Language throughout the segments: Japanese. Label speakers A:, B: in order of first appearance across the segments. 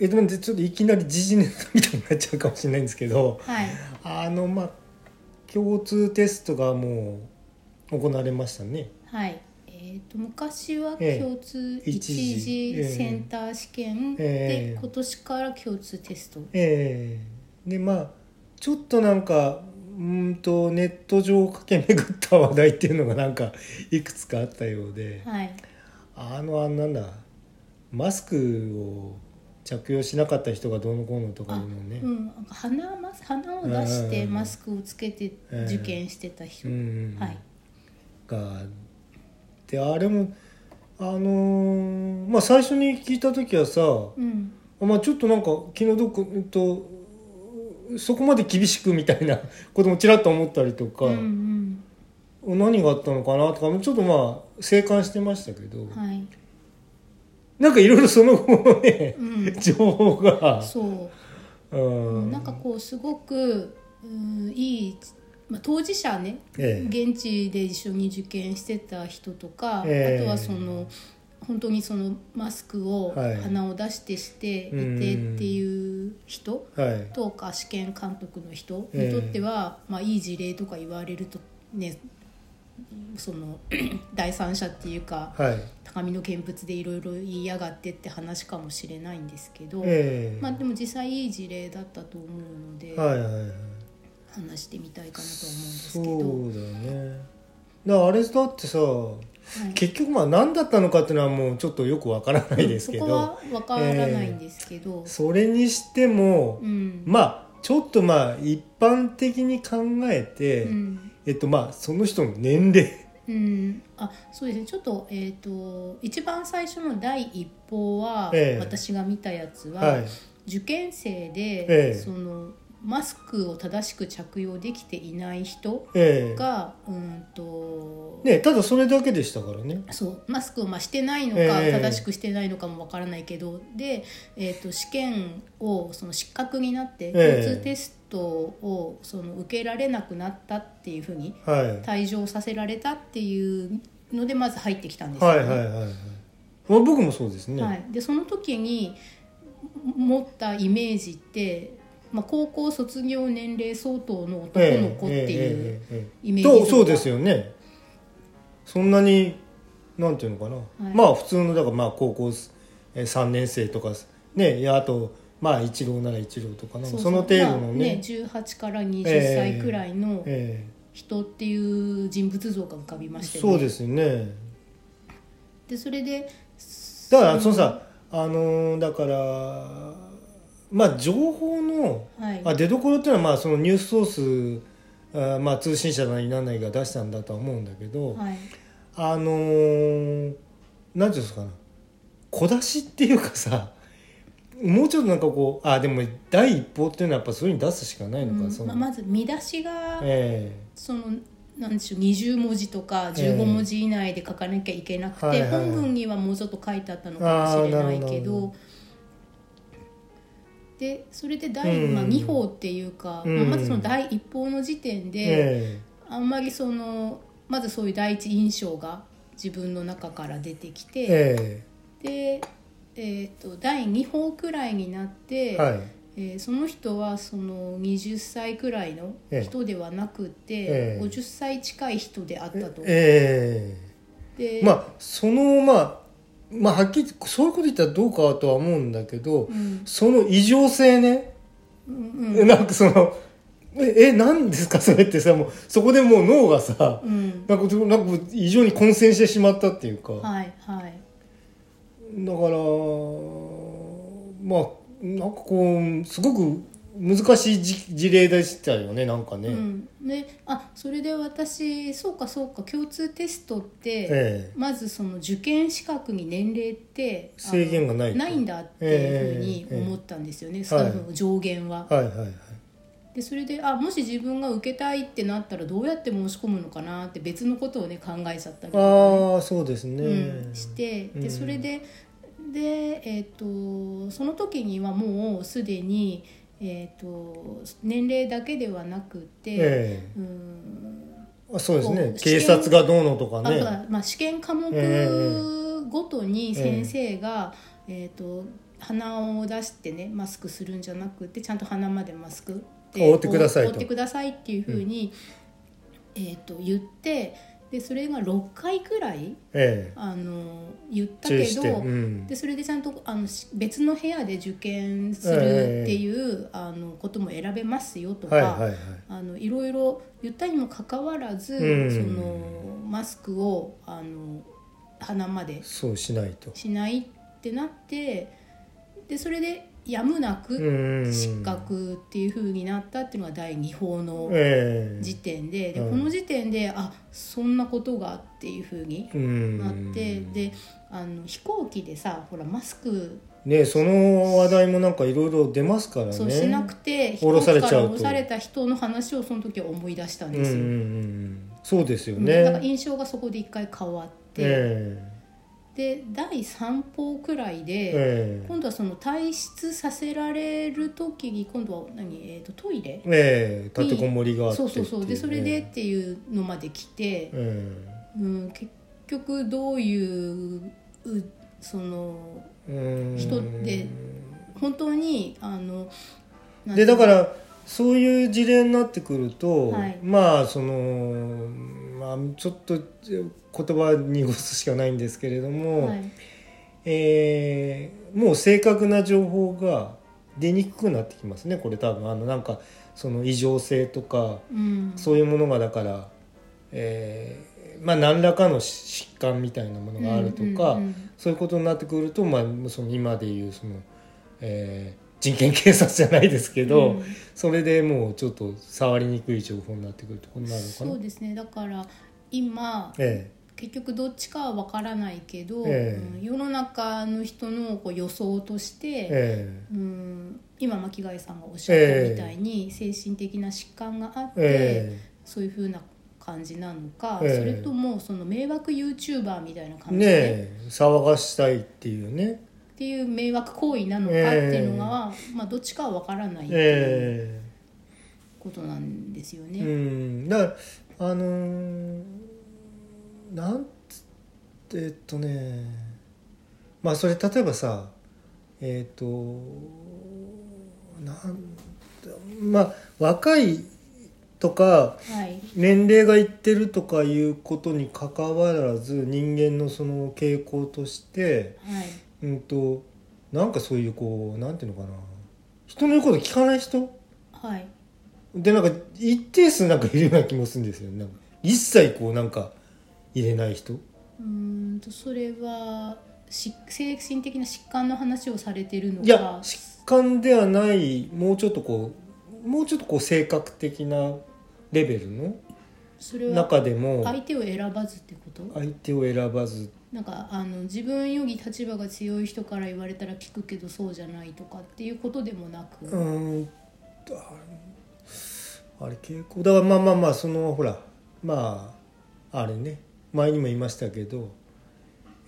A: えっとでちょっといきなり時事ネタみたいになっちゃうかもしれないんですけど
B: はい
A: あのまあ共通テストがもう行われましたね
B: はいえー、と昔は
A: ええ
B: 共通
A: 一
B: 一
A: 次
B: 次センター試験
A: ええ
B: で今年から共通テスト
A: ええでまあちょっとなんかうーんとネット上を駆け巡った話題っていうのがなんかいくつかあったようで
B: はい
A: あのあんなんだマスクを着用しなかった人がどうのこうのとかいうのね
B: うん、なんか鼻マス鼻を出して
A: うん
B: マスクをつけて
A: ええ
B: 受験してた人、
A: うん
B: はい
A: がであれもあのーまあ最初に聞いた時はさ、
B: うん
A: まあ、ちょっとなんか気の毒うんとそこまで厳しくみたいな こともちらっと思ったりとか、
B: うんうん
A: 何があったのかなとかちょっとまあ静観してましたけど、
B: はい
A: なんかいろいろその後もね、
B: うん
A: 情報が
B: そうう、
A: ん
B: なんかこうすごくうんいい、まあ、当事者ね
A: ええ
B: 現地で一緒に受験してた人とか、
A: ええ
B: あとはその本当にそのマスクを
A: はい
B: 鼻を出してしていて
A: うん
B: っていう人
A: はい
B: とか試験監督の人
A: ええ
B: にとっては、まあ、いい事例とか言われるとねその 第三者っていうか
A: はい
B: 高みの見物でいろいろ言いやがってって話かもしれないんですけど、
A: ええ
B: まあ、でも実際いい事例だったと思うので、
A: はいはいはい
B: 話してみたいかなと思うんです
A: そ
B: けど。
A: うだねだからあれだってさ
B: はい
A: 結局まあ何だったのかっていうのはもうちょっとよくわからないですけ
B: そこ
A: ど
B: はわからないんですけど、
A: それにしても、
B: うん、
A: まあちょっとまあ一般的に考えて、
B: うん、
A: えっとまあその人の年齢
B: うん、あそうですねちょっと,、えー、と一番最初の第一報は、
A: ええ
B: 私が見たやつは、
A: はい
B: 受験生で、
A: ええ
B: そのマスクを正しく着用できていない人
A: ええ
B: が、うんと
A: ねただそれだけでしたからね
B: そうマスクをまあしてないのか、
A: ええ
B: 正しくしてないのかもわからないけどで、えー、と試験をその失格になって、
A: ええ
B: 共通テストをその受けられなくなったっていうふうに
A: はい
B: 退場させられたっていうのでまず入ってきたんですよ
A: はい
B: ね。
A: はいはいはいまあ僕もそうですね、
B: はいでその時に持ったイメージって、まあ、高校卒業年齢相当の男
A: ええ
B: の子ってい
A: え
B: う。
A: えええ
B: イメージ
A: と
B: 像
A: そうですよねそんなになんていうのかな、
B: はい
A: まあ普通のだからまあ高校えー3年生とかねいやあとまあ一郎なら一郎とかなんか
B: う
A: そうの程度
B: ま
A: の
B: あ
A: ね,、
B: 18から20歳くらいの
A: え
B: 人っていう人物像が浮かび
A: え
B: ましたよね。
A: そうですよね
B: でそれで
A: だからそのさあのーだからまあ情報の
B: はい
A: あ出どころっていうのはまあそのニュースソースあーまあ通信社なりなんなりが出したんだとは思うんだけど、
B: はい
A: あのー、なんていうんですかな小出しっていうかさもうちょっとなんかこうあでも第一報っていうのはやっぱそういうに出すしかないのか、
B: うん
A: その、
B: ままず見出しが
A: え
B: そのなんでしょう20文字とか
A: ええ
B: 15文字以内で書かなきゃいけなくて、
A: はいはいはい
B: 本文にはもうちょっと書いてあったのかもしれない
A: あーな
B: け
A: るほどなる
B: ど
A: ほ
B: でそれで第、
A: うん
B: まあ、2報っていうか、
A: うん
B: まあまずその第一報の時点
A: え
B: で、
A: え
B: あんまりそのまずそういう第一印象が自分の中から出てき
A: え
B: て、
A: え
B: で、えー、と第2報くらいになって、
A: えはい
B: えーその人はその20歳くらいの
A: ええ
B: 人ではなくて、
A: ええ
B: 50歳近い人であったと。
A: ええ
B: で
A: まあそのまあまあはっきりそういうこと言ったらどうかとは思うんだけど、
B: うん
A: その異常性ね、
B: うん
A: なんかそのええ何ですかそ れってさもうそこでもう脳がさ、
B: うん
A: なんかなんか異常に混戦してしまったっていうか、
B: はいはい
A: だからまあなんかこうすごく難しい事事例でしたよねなんかね、
B: うん、であそれで私そうかそうか共通テストって、
A: え
B: まずその受験資格に年齢ってあの
A: 制限がないと
B: ないんだっていうふうに思ったんですよね、その上限は。
A: えはいはいはい
B: でそれであもし自分が受けたいってなったらどうやって申し込むのかなって別のことをね考えちゃったりとかね、
A: ああそうですね、
B: うん、して
A: う
B: で
A: ん
B: それでで、えー、とその時にはもうすでに、えー、と年齢だけではなくて、
A: え
B: うん
A: えあそうですね
B: こう
A: 警察がどうのとか
B: あと
A: ね
B: は、まあ、試験科目ごとに先生が、えーと鼻を出してねマスクするんじゃなくてちゃんと鼻までマスク
A: 覆ってくださいと
B: 覆ってくださいっていうふうに、えー、と言ってでそれが6回くらい
A: え
B: あの言っ
A: え
B: た
A: 注
B: け
A: 意して、
B: ど
A: う。ん、
B: でそれでちゃんとあのし別の部屋で受験するっていう、あのことも選べますよとか、
A: はいはいはい
B: あのいろいろ言ったにもかかわらず、
A: うん
B: そのマスクをあの鼻まで
A: そうしないと
B: しないってなってでそれでやむなく
A: うん
B: 失格っていう風になったっていうのが第2報の
A: ええ
B: 時点で,、で
A: うん
B: この時点であそんなことがっていう風に
A: うん
B: なって、であの飛行機でさほらマスク
A: ねその話題もなんかいろいろ出ますからね
B: そうしなくて、飛
A: 降
B: 行
A: ろさ
B: 機
A: れち
B: か
A: ゃうと
B: ら降ろされた人の話をその時は思い出したん
A: うんう
B: で
A: ん
B: すよ。
A: うんそうですよ
B: だから
A: ね
B: 印象がそこで一回変わって、
A: え
B: で第3報くらい
A: え
B: で、
A: ええ
B: 今度はその退出させられる時に今度は何、えー、とトイレ
A: ええ立てこもりがあって
B: そ
A: っ
B: う
A: て
B: そ
A: いうね
B: そうでそれでっていうのまで来て、
A: え
B: うん、結局どういううその
A: えうん
B: 人で本当にあのなんてい
A: で
B: うの
A: だからそういう事例になってくると、
B: はい
A: まあその、まあ、ちょっと言葉濁すしかないんですけれども、
B: はい
A: えーもう正確な情報が出にくくなってきますねこれ多分あのなんかその異常性とか
B: うん、
A: そういうものがだから、えーまあ、何らかの疾患みたいなものがあるとか、
B: うんうん
A: そういうことになってくると、まあ、その今でいうその、えー人権警察じゃないですけ
B: うん
A: ど、
B: うん
A: それでもうちょっと触りにくい情報になってくるとこになるのか
B: そ
A: な
B: う。ですねだから今
A: え
B: 結局どっちかは分からないけど、
A: ええ
B: うん世の中の人のこう予想として、
A: ええ
B: うん、今巻貝さんがおっしゃったみたいに精神的な疾患があって、
A: ええ
B: そういうふうな感じなのか、
A: ええ
B: それともその迷惑 YouTuber みたいな
A: え
B: 感じ
A: ね
B: で、
A: え騒がしたいっていうね。
B: っていう迷惑行為なのかっていうのが、まあ、どっちかは分からないっていう
A: え
B: ことなんですよ
A: えう
B: ね。
A: ん、だからあのーなんつえっとねまあそれ例えばさえっ、となんまあ若いとか
B: はい
A: 年齢がいってるとかいうことにかかわらず人間のその傾向として
B: はい
A: うんとなんかそういうこうなんていうのかな人の言うこと聞かない人
B: はい
A: でなんか一定数なんかいるような気もするんですよねなんか一切こうなんか入れない人
B: うーんとそれはし精神的な疾患の話をされてるのか
A: いや疾患ではないもうちょっとこうもうちょっとこう性格的なレベルの
B: それは
A: 中でも
B: 相手を選ばずってこと
A: 相手を選ばず
B: なんかあの自分より立場が強い人から言われたら聞くけどそうじゃないとかっていうことでもなく、
A: うーんああれ傾向だからまあまあまあそのほらまああれね前にも言いましたけど、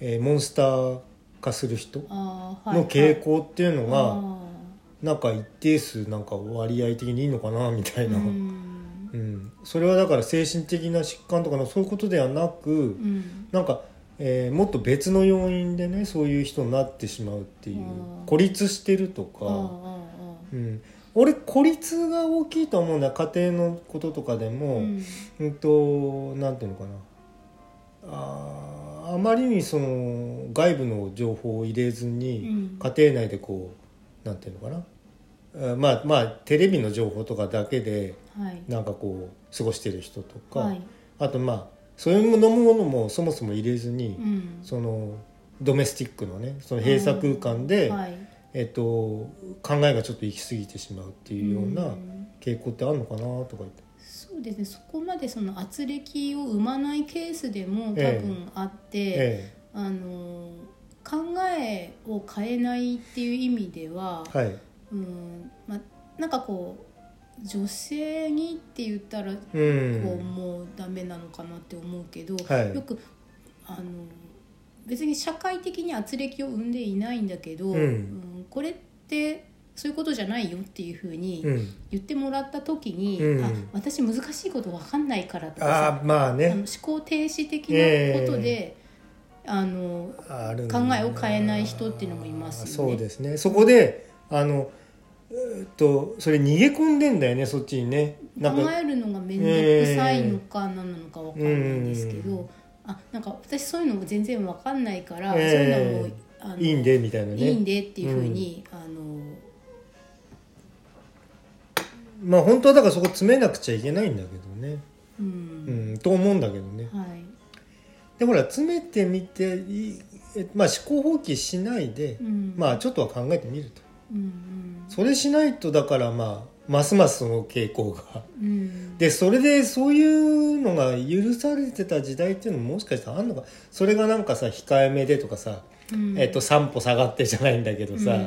A: えーモンスター化する人
B: あーはい
A: の傾向っていうのが、
B: はい
A: なんか一定数なんか割合的にいいのかなみた
B: あー
A: いな、
B: う
A: うん
B: ん
A: それはだから精神的な疾患とかのそういうことではなく、
B: うん
A: なんか、えーもっと別の要因でねそういう人になってしまうっていう
B: あー
A: 孤立してると
B: あ
A: か。
B: ーあーあ
A: うん、俺孤立が大きいと思うんだ家庭のこととかで
B: ー
A: も、
B: う
A: うん
B: ん
A: となんていうのかなあーあまりにその外部の情報を入れずに、
B: うん
A: 家庭内でこうなんていうのかなあーまあまあテレビの情報とかだけで
B: はい
A: なんかこう過ごしてる人とか、
B: はい
A: あとまあそういうものものもそもそも入れずに、
B: うん
A: そのドメスティックのねその閉鎖空間で、
B: はい
A: えっと、考えがちょっと行き過ぎてしまうっていうようなん傾向ってあるのかなとか言って、
B: そうですねそこまでその圧力を生まないケースでも多
A: ええ
B: 分あって、
A: え
B: あの考えを変えないっていう意味では、
A: えはい
B: うんまあ、なんかこう女性にって言ったらこ
A: う
B: う、
A: ん
B: もうダメなのかなって思うけど、
A: はい
B: よくあの別に社会的に圧力を生んでいないんだけど、
A: うん
B: うんこれってそういうことじゃないよっていうふうに
A: うん
B: 言ってもらった時に、
A: うん
B: あ私難しいこと分かんないからとかさ
A: ああまあ
B: あの
A: ね
B: 思考停止的なことで、あの
A: あるん
B: 考
A: だ
B: えを変えない人っていうのもいますよね
A: そうですねそこであのえーっとそれ逃げ込んでんだよねそっちにねなん
B: 考
A: か
B: えるのが面倒くさいのか何なのかわかんないんですけ
A: うん
B: ど、あなんか私そういうのも全然わかんないから、
A: ええ
B: そういうのもあの
A: いいんでみたいなね
B: いいんでっていうふうに、あの
A: まあ本当はだからそこ詰めなくちゃいけないんだけどね
B: う、
A: うんんと思うんだけどね
B: はい、
A: でほら詰めてみていいえまあ思考放棄しないで、
B: うん、
A: まあちょっとは考えてみると
B: うん
A: それしないとだからまあますますその傾向が
B: うんうん
A: でそれでそういうのが許されてた時代っていうのももしかしたらあんのかそれがなんかさ控えめでとかさ、
B: うん
A: えっと3歩下がってじゃないんだけどさ、
B: う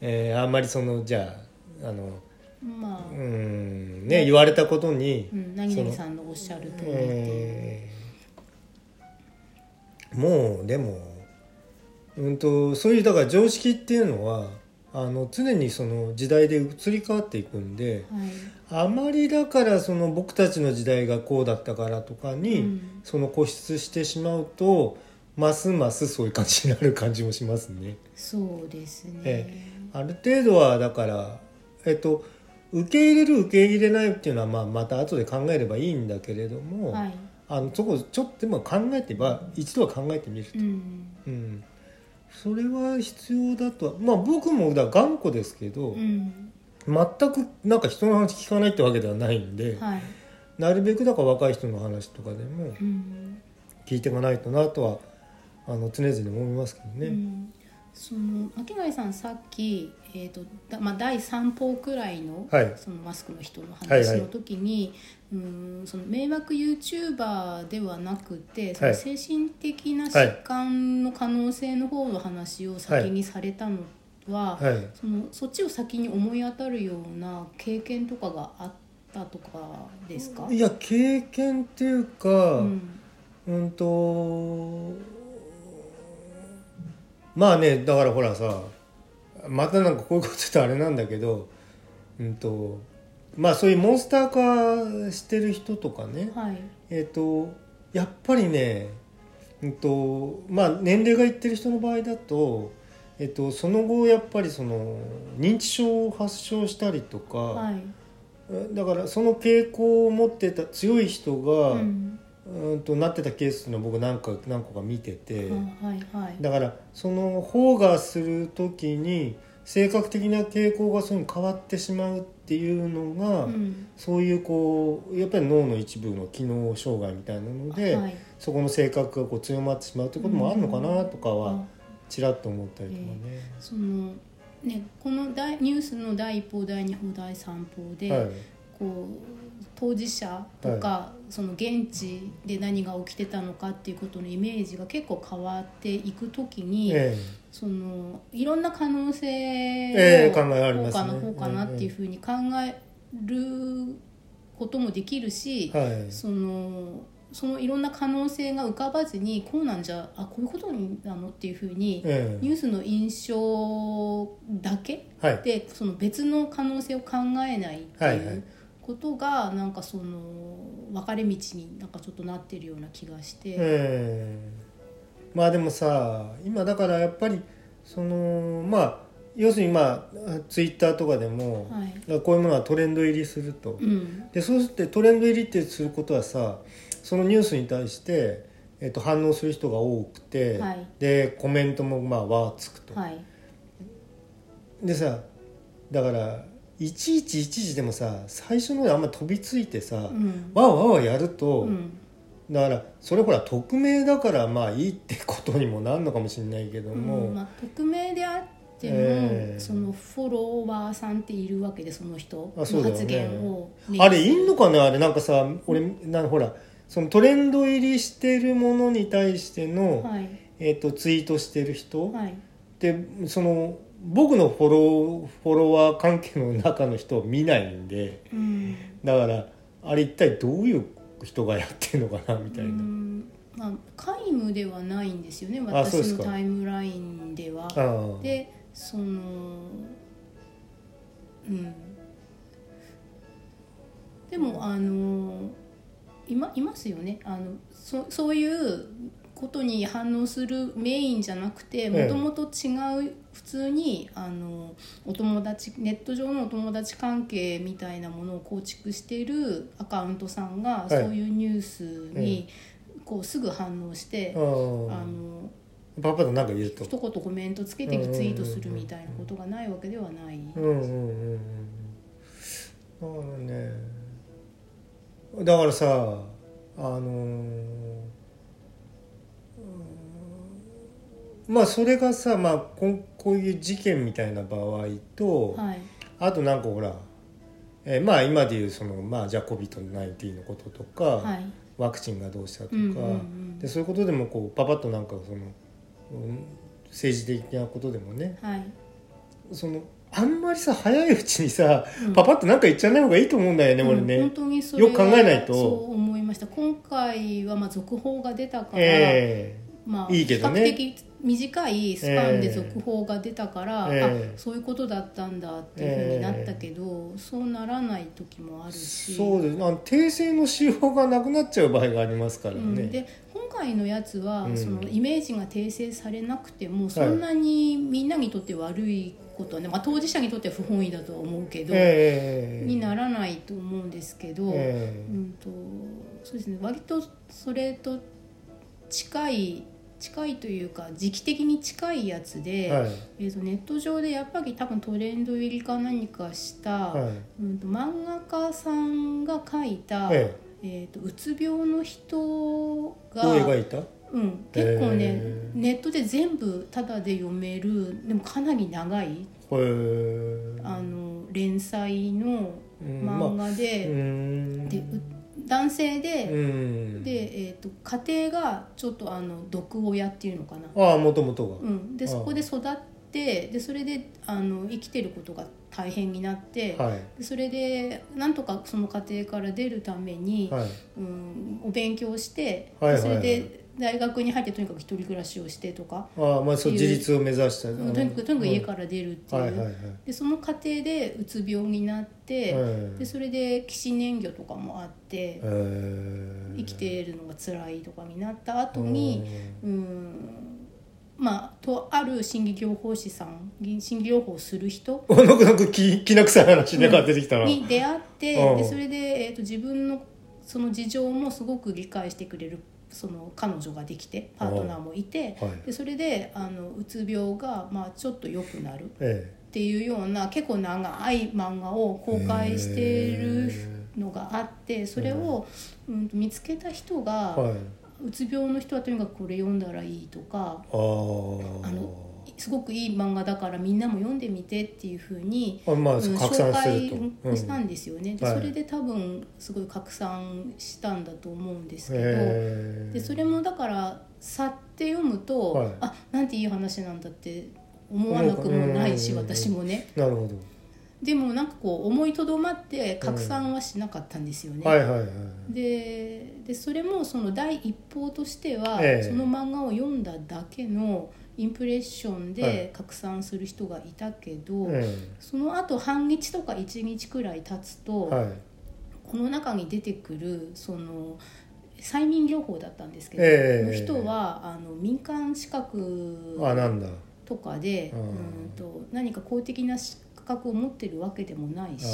A: えーあんまりそのじゃああの
B: ん、ま
A: う
B: あ、
A: んね言われたことに、
B: うん、何々さんのおっしゃる通りっていう、
A: えーもうでも、うん、とそういうだから常識っていうのはあの常にその時代で移り変わっていくんで
B: はい、
A: あまりだからその僕たちの時代がこうだったからとかに、
B: うん
A: その固執してしまうとますますそういう感じになる感じもしますね。
B: そうですね、
A: えある程度はだから、えっと、受け入れる受け入れないっていうのは、まあ、また後で考えればいいんだけれども、
B: はい、
A: あのそこちょっとでも考えてば一度は考えてみると、
B: うん、
A: うん、それは必要だとはまあ僕もだ頑固ですけど、
B: うん、
A: 全くなんか人の話聞かないってわけではないんで、
B: はい、
A: なるべくだから若い人の話とかでも
B: うん、
A: 聞いていかないとなとはあの常々思いますけど
B: う
A: ね。
B: ん、その巻貝さんさっき、えーとだまあ、第3報くらいの,、
A: はい
B: そのマスクの人の
A: はいは
B: 話
A: い
B: の時に、うーんその迷惑 YouTuber ではなくてそ
A: は
B: の
A: い
B: 精神的な疾患の可能性の方の話を先にされたのは、
A: はい
B: そのそっちを先に思い当たるような経験とかがあったとかですか、
A: いや経験っていうか、
B: うん
A: うんとまあねだからほらさまたなんかこういうこと言ったらあれなんだけどうんとまあそういうモンスター化してる人とかね
B: はい
A: えっ、とやっぱりねうんとまあ年齢がいってる人の場合だとえっと、その後やっぱりその認知症を発症したりとか、
B: はい、
A: だからその傾向を持ってた強い人が、
B: うん、
A: うんとなってたケースっていうのを僕何か何個か見てて、
B: あはいはい
A: だからその包がする時に性格的な傾向がそういうのに変わってしまうっていうのが、
B: うん
A: そういうこうやっぱり脳の一部の機能障害みたいなので、
B: はい
A: そこの性格がこう強まってしまうってこともあるのかなとか
B: あ
A: はちらっと思ったりとかね。
B: そのね、この第ニュースの第一報第二報第三報で、
A: はい
B: こう当事者とか、その現地で何が起きてたのかっていうことのイメージが結構変わっていくときに、
A: え
B: そのいろんな可能性を、
A: ええ考えありますね
B: こうかなこうかなっていうふうに考えることもできるし、
A: えはい
B: そのそのいろんな可能性が浮かばずにこうなんじゃあこういうことになのっていうふうに、
A: え
B: ニュースの印象だけ
A: えはい
B: でその別の可能性を考えないって
A: はい
B: い
A: はいう
B: ことがなんかその分かれ道になんかちょっとなってるような気がして、
A: ええまあでもさ今だからやっぱりそのまあ要するにまあツイッターとかでも、
B: はい
A: だからこういうものはトレンド入りすると、
B: うん
A: でそうしてトレンド入りってすることはさそのニュースに対して、えっと、反応する人が多くて、
B: はい
A: でコメントもまあわーつくと、
B: はい
A: でさだからいちいちいちいちでもさ最初の方にあんま飛びついてさ、
B: うん、
A: わーわーわーやると、
B: うん
A: だからそれほら匿名だからまあいいってことにもなるのかもしれないけども、
B: うんまあ、匿名であっても、
A: ええ
B: そのフォロワーさんっているわけでその人の
A: あそうだよね
B: 発言をね、
A: あれいんのかねあれなんかさ俺なんほらそのトレンド入りしてるものに対しての、
B: はい
A: えっとツイートしてる人、
B: はい
A: でその僕のフォローフォロワー関係の中の人を見ないんで
B: うん
A: だからあれ一体どういう人がやってるのかなみたいな、
B: うんまあ、皆無ではないんですよね
A: あそうで
B: 私
A: すか
B: のタイムラインでは。
A: ああ
B: でそのうんでもあのいまいますよねあのそそういうことに反応するメインじゃなくて
A: え
B: も
A: え
B: ともと違う普通にあのお友達ネット上のお友達関係みたいなものを構築しているアカウントさんが
A: い
B: そういうニュースにこうすぐ反応して
A: あ
B: あ
A: ー
B: の
A: パパとなんか言うと
B: 一言コメントつけてリツイートするみたいなことがないわけではない。
A: うんうんうんうんだからねだからさあのーうんまあそれがさ、まあ、こんこういう事件みたいな場合と、
B: はい
A: あとなんかほら、えーまあ今でいうその、まあ、じゃあ COVID-19 のこととか、
B: はい
A: ワクチンがどうしたとか、
B: うんうんうん
A: でそういうことでもこうパパッとなんかその、うん政治的なことでもね
B: はい
A: そのあんまりさ早いうちにさ、
B: うん
A: パパッとなんか言っちゃわない方がいいと思うんだよね、俺
B: うん本
A: ね。
B: 当にそれは
A: よく考えないと
B: そう思いました今回はまあ続報が出たから、
A: え
B: まあ、
A: いいけどね
B: 比較的短いスパンで続報が出たから、
A: ええ
B: あそういうことだったんだっていうふうになったけど、そうならない時もある
A: え
B: し
A: そうですあの訂正のしようがなくなっちゃう場合がありますから
B: う
A: ね。
B: ん、で今回のやつは、
A: うん
B: そのイメージが訂正されなくてもそんなにみんなにとって悪いことはね、まあ、当事者にとっては不本意だとは思うけど、
A: ええ
B: にならないと思うんですけど。
A: ええ
B: うんとそうですね割とそれと近い近いというか時期的に近いやつで、
A: はい
B: えー、とネット上でやっぱり多分トレンド入りか何かした、
A: はい
B: うん、と漫画家さんが描いた、え
A: え
B: ー、とうつ病の人
A: え
B: が
A: どう描いた
B: うん、結構ね、
A: へー
B: ネットで全部タダで読めるでもかなり長い
A: これうん
B: あの連載の
A: まあ
B: 漫画で。
A: うん
B: でう男性で、
A: うん
B: で、えー、と家庭がちょっとあの毒親っていうのかな、
A: ああもともと
B: う
A: が、
B: ん、で
A: ああ
B: そこで育ってでそれであの生きてることが大変になって、
A: はい
B: でそれでなんとかその家庭から出るために、
A: はい
B: うん、お勉強して、
A: はいはい
B: でそれで大学に入ってとにかく一人暮らしをしてとか、
A: ああまあそう
B: いう
A: 自立を目指したあ
B: うん
A: の
B: とにかくとにかく家から出るっていう、
A: はいはいはい
B: でその過程でうつ病になって、
A: はい
B: でそれで起死燃魚とかもあって。
A: えー
B: 生きているのが辛いとかになった後にうんまあとある心理療法士さんぎ心理療法をする人
A: うんおのくのくききな臭い話ねが出てきたな、
B: に出会って
A: うん
B: でそれで、えー、と自分のその事情もすごく理解してくれるその彼女ができてパートナーもいて
A: はい
B: でそれであのうつ病が、まあ、ちょっと良くなるっ
A: え
B: ていうような結構長い漫画を公開しているのがあってそれを、うん、見つけた人
A: え
B: が。
A: はいう
B: つ病の人はとにかくこれ読んだらいいとか
A: ああ
B: あすごくいい漫画だからみんなも読んでみてっていうふうに、
A: あまあ、
B: うん
A: 拡
B: 紹
A: 散してると、
B: 介したんですよね、で
A: はい
B: それで多分すごい拡散したんだと思うんですけど、
A: え
B: でそれもだから「さ」って読むと、
A: はい
B: あなんていい話なんだって思わなくもないし、
A: うんうんうんうん
B: 私もね
A: なるほど、
B: でもなんかこう思いとどまって拡散はしなかったんですよね。
A: はいはいはい
B: ででそれもその第一報としては、
A: ええ
B: その漫画を読んだだけのインプレッション
A: はい
B: で拡散する人がいたけど、
A: え
B: その後半日とか1日くらい経つ
A: え
B: と、
A: はい
B: この中に出てくるその催眠療法だったんですけど、
A: ええ
B: の人はあの民間資格
A: あなんだ
B: とかで、
A: あー
B: うんと何か公的な資格を持ってるわけでもないし。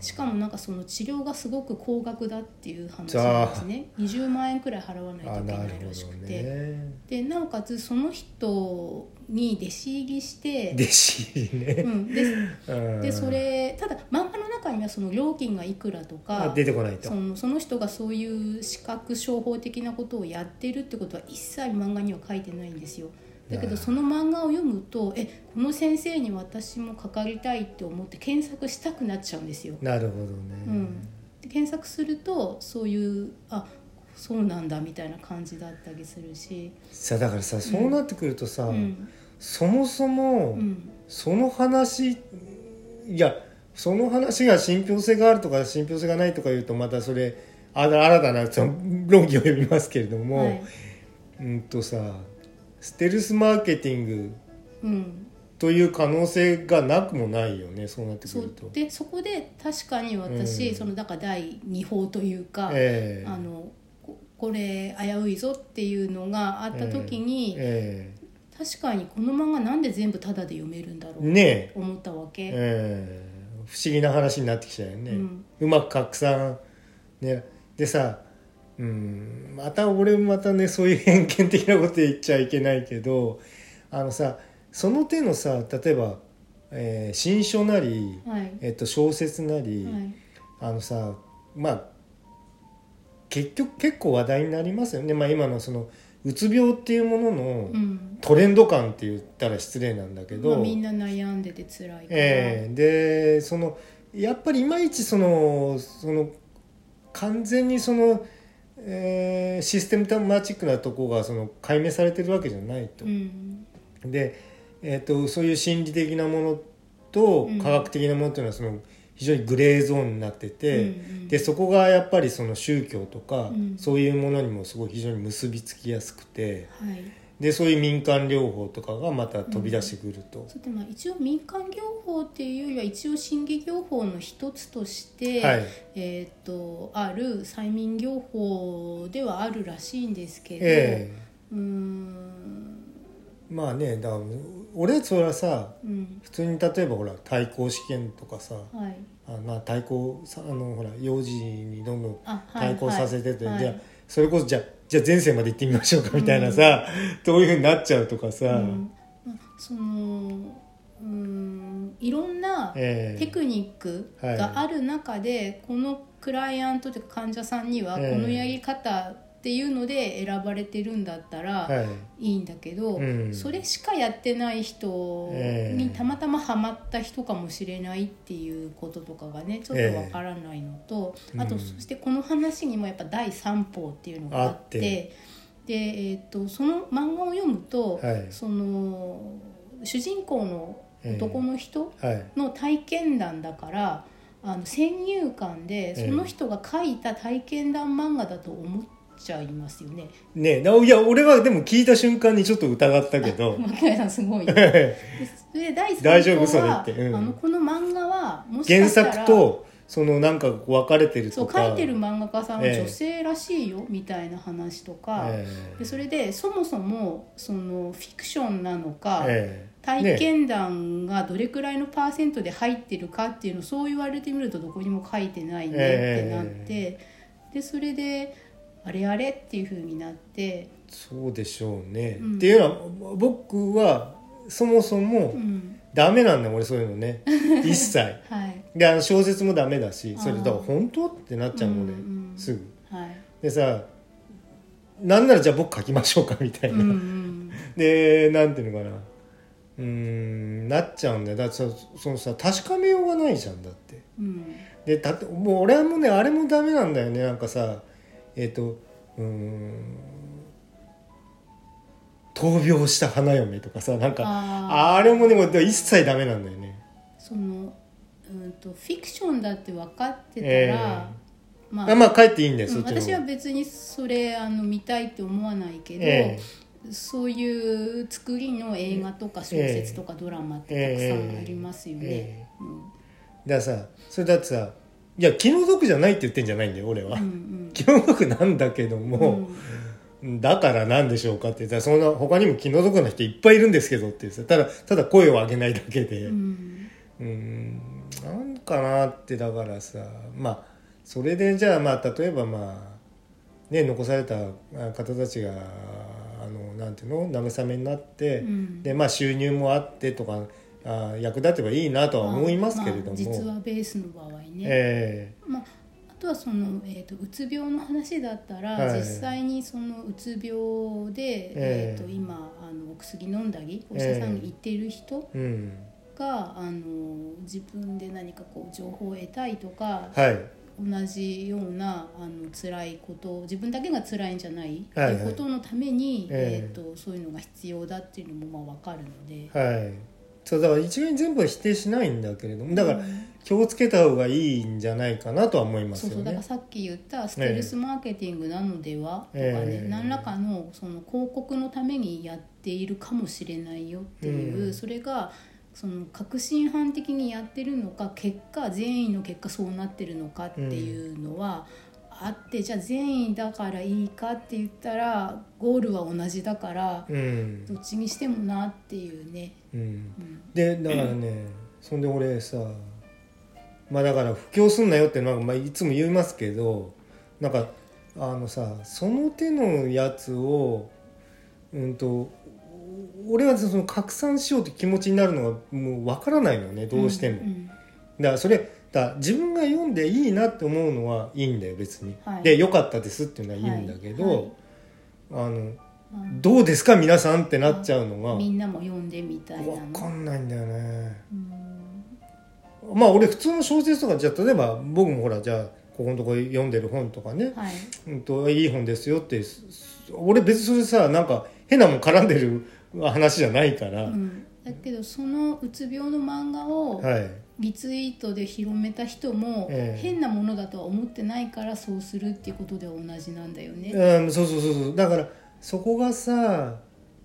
B: しかもなんかその治療がすごく高額だっていう話なんですね20万円くらい払わない
A: あー
B: と
A: あ
B: いけ
A: な
B: な
A: る
B: い
A: ほ
B: らし
A: ど
B: くて
A: ね
B: でなおかつその人に弟子入りして
A: 弟子入りね
B: う、ん、 で
A: うん
B: でそれただ漫画の中にはその料金がいくらと
A: あ
B: か
A: 出てこないと
B: そのその人がそういう資格商法的なことをやってるってことは一切漫画には書いてないんですよだけ
A: なる
B: どその漫画を読むとえこの先生に私もかかりたいって思って検索したくなっちゃうんですよ
A: なるほどね、
B: うん、で検索するとそういうあそうなんだみたいな感じだったりするし、
A: さあだからさそうなってくるとさ、
B: うん
A: そもそも、
B: うん
A: その話いやその話が信憑性があるとか信憑性がないとか言うとまたそれあ新たなその論議を呼びますけれども、
B: はい
A: うんとさステルスマーケティング
B: うん、
A: という可能性がなくもないよねそうなってく
B: そ
A: る
B: う
A: と。
B: でそこで確かに私、
A: うん
B: そのだから第二報というか、
A: ええ
B: あのここれ危ういぞっていうのがあった時に、
A: え
B: 確かにこの漫画なんで全部タダで読めるんだろ
A: え
B: う
A: ねえ
B: と思ったわけ、
A: ええ不思議な話になってきちゃうよね、
B: う
A: うんまく拡散、ね、でさうんまた俺またねそういう偏見的なこと言っちゃいけないけどあのさその手のさ例えば、えー新書なり、
B: はい、
A: えっと、小説なり、
B: はい
A: あのさまあ結局結構話題になりますよね、まあ、今のそのうつ病っていうものの
B: うん
A: トレンド感って言ったら失礼なんだけど、
B: まあ、みんな悩んでて辛いから、
A: ええでそのやっぱりいまいちそのその完全にその、えーシステムマチックなとこがその解明されてるわけじゃないと。
B: うん
A: で、えー、とそういう心理的なものと
B: うん
A: 科学的なものというのはその非常にグレーゾーンになってて。
B: うんうん
A: でそこがやっぱりその宗教とか、
B: うん
A: そういうものにもすごい非常に結びつきやすくて
B: はい、
A: でそういう民間療法とかがまた飛び出してくると、
B: そうでも一応民間療法っていうよりは一応心理療法の一つとして、
A: はい、
B: えー、とある催眠療法ではあるらしいんですけど、
A: ええ
B: うーん
A: まあねだから俺それはさ
B: うん
A: 普通に例えばほら対抗試験とかさ
B: はい
A: あまあ対抗さあのほら幼児にどんどん
B: あはい
A: 対抗させてて、
B: はい
A: じゃあ
B: はい
A: それこそじゃあじゃあ前世まで行ってみましょうかみたいなさ、どういうふうになっちゃうとかさ、
B: うんまあそのうーんいろんな
A: ええ
B: テクニックがある中で、このクライアントというか患者さんにはこ
A: ええ
B: のやり方っていうので選ばれてるんだったら
A: はい
B: いいんだけど、
A: うん
B: それしかやってない人に
A: ええ
B: たまたまハマった人かもしれないっていうこととかがねちょっとわからないのと、
A: ええ
B: あと
A: うん
B: そしてこの話にもやっぱ第三報っていうのがあって
A: あって
B: で、えっとその漫画を読むと、
A: はい
B: その主人公の男の人、
A: はい
B: の体験談だからあの先入観で
A: ええ
B: その人が書いた体験談漫画だと思っちゃいますよね。
A: ねないや俺はでも聞いた瞬間にちょっと疑ったけ ど
B: 牧原さんすご い。でそれで第
A: 大丈
B: 3
A: 夫嘘
B: 章
A: で言
B: は
A: っ、てうん
B: あのこの漫画はもしか
A: 原
B: したら
A: 作とそのなんか分かれてる
B: そ
A: と
B: う
A: か
B: 書いてる漫画家さんは
A: ええ
B: 女性らしいよ、みたいな話とか、
A: ええ
B: でそれでそもそもそのフィクションなのか、
A: ええ
B: 体
A: ね
B: 験談がどれくらいのパーセントで入ってるかっていうのそう言われてみるとどこにも書いてないねってなって、でそれであれあれっていう風になって、
A: そうでしょうね、
B: うん
A: っていうのは僕はそもそも
B: うん、
A: ダメなんだよ俺そういうの ね一切
B: はい
A: であの小説もダメだしそれ
B: あー
A: だから本当ってなっちゃうの俺、
B: うんうん
A: すぐ
B: はい、
A: でさなんならじゃあ僕書きましょうかみたい
B: うん
A: な、
B: うん、
A: でなんていうのかなうーんなっちゃうんだよだってさそのさ確かめようがないじゃんだって
B: うん、
A: でたともう俺はもうねあれもダメなんだよねなんかさえっ、とうーん闘病した花嫁とかさなんか
B: ああ
A: あれもねもう一切ダメなんだよね
B: その、うん、とフィクションだって分かってたら、
A: ええ
B: ま
A: あまあ帰っていいんだよ、
B: う
A: そ
B: ん
A: っちの
B: 私は
A: 方
B: 別にそれあの見たいって思わないけど、
A: え
B: そういう作りの映画とか小説とかドラマってたくさんありますよね。
A: え
B: うん
A: だからさそれだってさいや気の毒じゃないって言ってんじゃないんだよ俺は、
B: うん
A: 気の毒なんだけど
B: うん
A: も、だからなんでしょうかって言ったらそんな他にも気の毒な人いっぱいいるんですけどって言ってさただただ声を上げないだけで、
B: うんうん
A: うーんなんかなってだからさまあそれでじゃあまあ例えばまあね残されたあ方たちがあのなんていうの慰めになって、
B: うん
A: でまあ収入もあってとかあ役立てばいいなとは思いますけれど
B: ま
A: も、
B: あ実はベースの場合ね、
A: え
B: まあ、あとはその、えー、とうつ病の話だったら、
A: はい
B: 実際にそのうつ病で、え
A: ええ
B: ー、と今あのお薬飲んだりお医者さんに行っている人
A: えうん
B: が、あの自分で何かこう情報を得たいとか、
A: はい
B: 同じようなあの辛いこと自分だけが辛いんじゃない、
A: はいはい
B: っていうことのために、え
A: ええ
B: ーとそういうのが必要だっていうのもまあ分かるので、
A: はいそうだから一概に全部は否定しないんだけれどもだか
B: う
A: ら
B: ん
A: 気をつけた方がいいんじゃないかなとは思います
B: そう
A: よ
B: そうだから
A: ね。
B: さっき言ったステルスマーケティングなのではとかね、
A: ええ
B: 何らかのその広告のためにやっているかもしれないよっていう、
A: うん
B: それがその革新犯的にやってるのか結果善意の結果そうなってるのかっていうのは、あってじゃあ善意だからいいかって言ったらゴールは同じだから
A: うん
B: どっちにしてもなっていうね、
A: うん
B: うん、
A: でだからね、そんで俺さまあだから布教すんなよってなんか、まあ、いつも言いますけどなんかあのさその手のやつをうんと俺はその拡散しようって気持ちになるのがもうわからないのねどうしても、
B: ん
A: だからそれだから自分が読んでいいなって思うのはいいんだよ別に、
B: はい
A: で良かったですっていうのはいいんだけど、
B: うんは
A: あ
B: い
A: のどうですか皆さんってなっちゃうのが
B: まあみ
A: 分
B: んなも読んでみたいなの
A: かんないんだよね
B: うん
A: まあ俺普通の小説とかじゃあ例えば僕もほらじゃあここのとこ読んでる本とかね、
B: はい
A: うん、といい本ですよってす俺別にそれさなんか変なもん絡んでる話じゃないから、
B: うん、だけどそのうつ病の漫画を
A: はい
B: リツイートで広めた人も
A: ええ
B: 変なものだとは思ってないからそうするっていうことでは同じなんだよね。
A: うん、そうそうそうそうだからそこがさ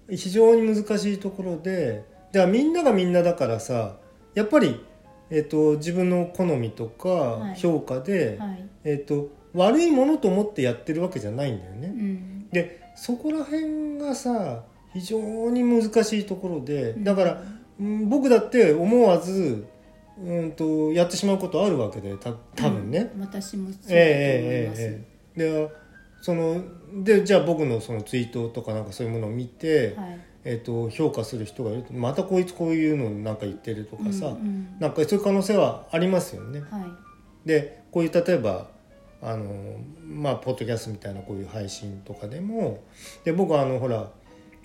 A: 非常に難しいところでだからみんながみんなだからさやっぱり、えっと自分の好みと
B: は
A: か
B: い
A: 評価で、
B: はい、
A: えっと悪いものと思ってやってるわけじゃないんだよ
B: う
A: ね。
B: ん、
A: でそこら辺がさ非常に難しいところでだから、うん、僕だって思わず、うん、とやってしまうことあるわけでた多分ね。
B: うん私もそうだと思い
A: え
B: ます。
A: えええええでそのでじゃあ僕のそのツイートとかなんかそういうものを見て、
B: はい、
A: えっと評価する人がいるとまたこいつこういうのなんか言ってるとかさ、
B: うんうん
A: なんかそういう可能性はありますよね。
B: はい
A: でこういう例えばあのまあポッドキャストみたいなこういう配信とかでもで僕はあのほら、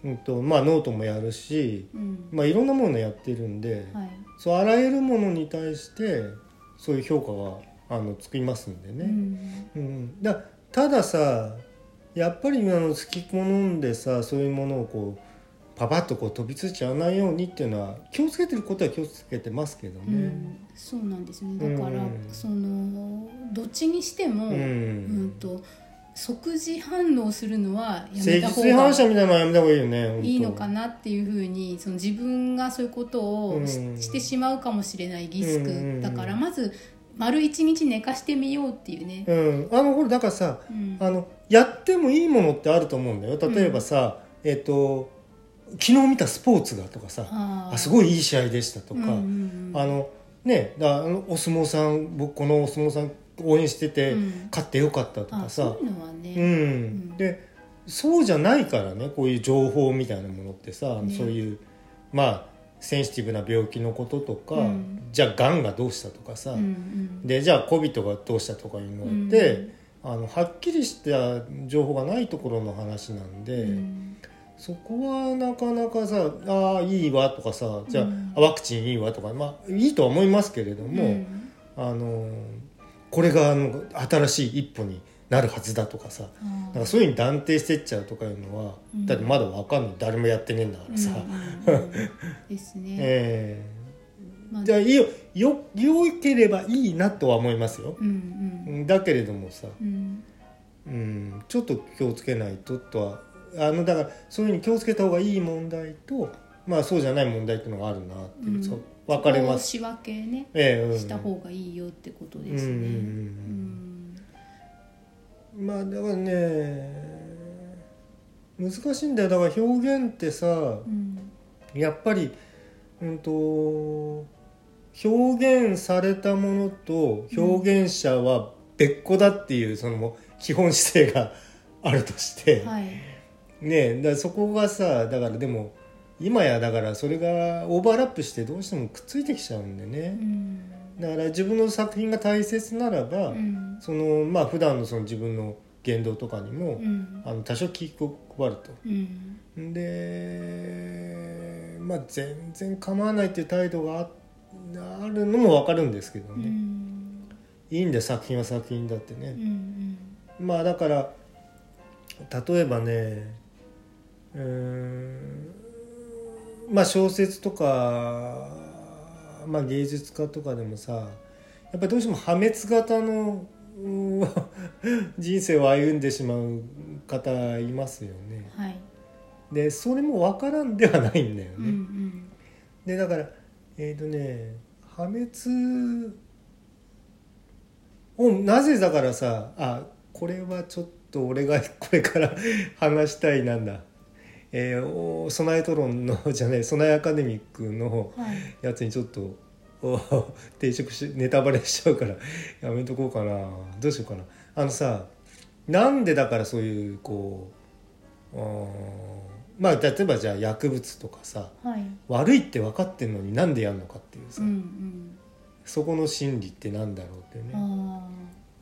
A: うんとまあ、ノートもやるし、
B: うん
A: まあ、いろんなものやってるんで、
B: はい
A: そうあらゆるものに対してそういう評価があのつきますんでね。
B: う
A: う
B: ん
A: ん、だたださやっぱりあの好き好んでさそういうものをこうパパッとこう飛びついちゃわないようにっていうのは気をつけてることは気をつけてますけど
B: う
A: ね。
B: ん、そうなんですねだか
A: う
B: ら、
A: ん
B: そのどっちにしても、
A: う
B: うん
A: ん
B: と即時反応するのはや
A: 誠
B: めた方
A: 実違反
B: が
A: 者みたいなのはやめた方がいいよね本当
B: いいのかなっていうふうにその自分がそういうことをし,、
A: うん
B: てしまうかもしれないリス
A: うん
B: クだから、まず丸一日寝かしてみようっていうね。
A: うん、あのほらだからさ
B: うん
A: あのやってもいいものってあると思うんだよ例えばさ、えっ、と昨日見たスポーツがとかさ
B: あ
A: あす
B: い
A: ごいいい試合でしたとか、
B: うんうん
A: あのねだあのお相撲さん僕このお相撲さん応援してて、
B: うん
A: 勝ってよかったとか
B: あそ
A: さ
B: ういうのは
A: う
B: ね、
A: んでそうじゃないからねこういう情報みたいなものってさ、
B: ね
A: そういうまあセンシティブな病気のこととか、
B: うん
A: じゃあがんがどうしたとかさ、
B: うんうん
A: でじゃあ COVID がどうしたとかいうのって、あのはっきりした情報がないところの話なんで。
B: うん
A: そこはなかなかさ「ああいいわ」とかさ「じゃあ、
B: うん
A: あワクチンいいわ」とかまあいいとは思いますけれども、
B: うん
A: あのこれがあの新しい一歩になるはずだとかさ
B: あ
A: なんかそういうふうに断定してっちゃうとかいうのは、
B: うん
A: だってまだわかんない誰もやってねえんだからさ、
B: うんうんうん ですね。
A: え
B: ま
A: え
B: あ
A: じゃあいいよよ良ければいいなとは思いますよ
B: う、ん
A: だけれどもさ、
B: うんう
A: う
B: ん
A: ん、ちょっと気をつけないととはあのだからそういうふうに気をつけた方がいい問題と、まあ、そうじゃない問題っていうのがあるなっていう、
B: うん
A: そう分かれます。
B: 仕分けね
A: ええうん
B: した方がいいよってことです
A: うんうん
B: ね。
A: うんまあだからね難しいんだよだから表現ってさ
B: うんうん
A: やっぱり、うん、と表現されたものと表現者は別個だっていう、そのもう基本姿勢があるとして。
B: はい
A: ねえだからそこがさだからでも今やだからそれがオーバーラップしてどうしてもくっついてきちゃうんで
B: う
A: ね、
B: ん
A: だから自分の作品が大切ならば、
B: うん
A: そのまあ普段のその自分の言動とかにも、
B: うん
A: あの多少気を配ると
B: うん
A: でまあ全然構わないっていう態度がああるのも分かるんですけど
B: うんう
A: ね、
B: ん
A: いいんだよ作品は作品だってね、
B: うん
A: まあだから例えばねうーんまあ小説とか、まあ、芸術家とかでもさやっぱりどうしても破滅型のうーん人生を歩んでしまう方いますよね。
B: はい
A: でそれも分からんではないんだよね。
B: うんうん
A: でだからえっ、とね破滅をなぜだからさあこれはちょっと俺がこれから 話したいなんだえー、お備えトロンのじゃない備えアカデミックの
B: はい
A: やつにちょっとお定食しネタバレしちゃうからやめとこうかなどうしようかなあのさなんでだからそういうこううーんまあ例えばじゃあ薬物とかさ
B: はい
A: 悪いって分かってんのになんでやんのかっていうさ、
B: うん
A: そこの心理ってなんだろうっていう
B: う
A: ね
B: んあ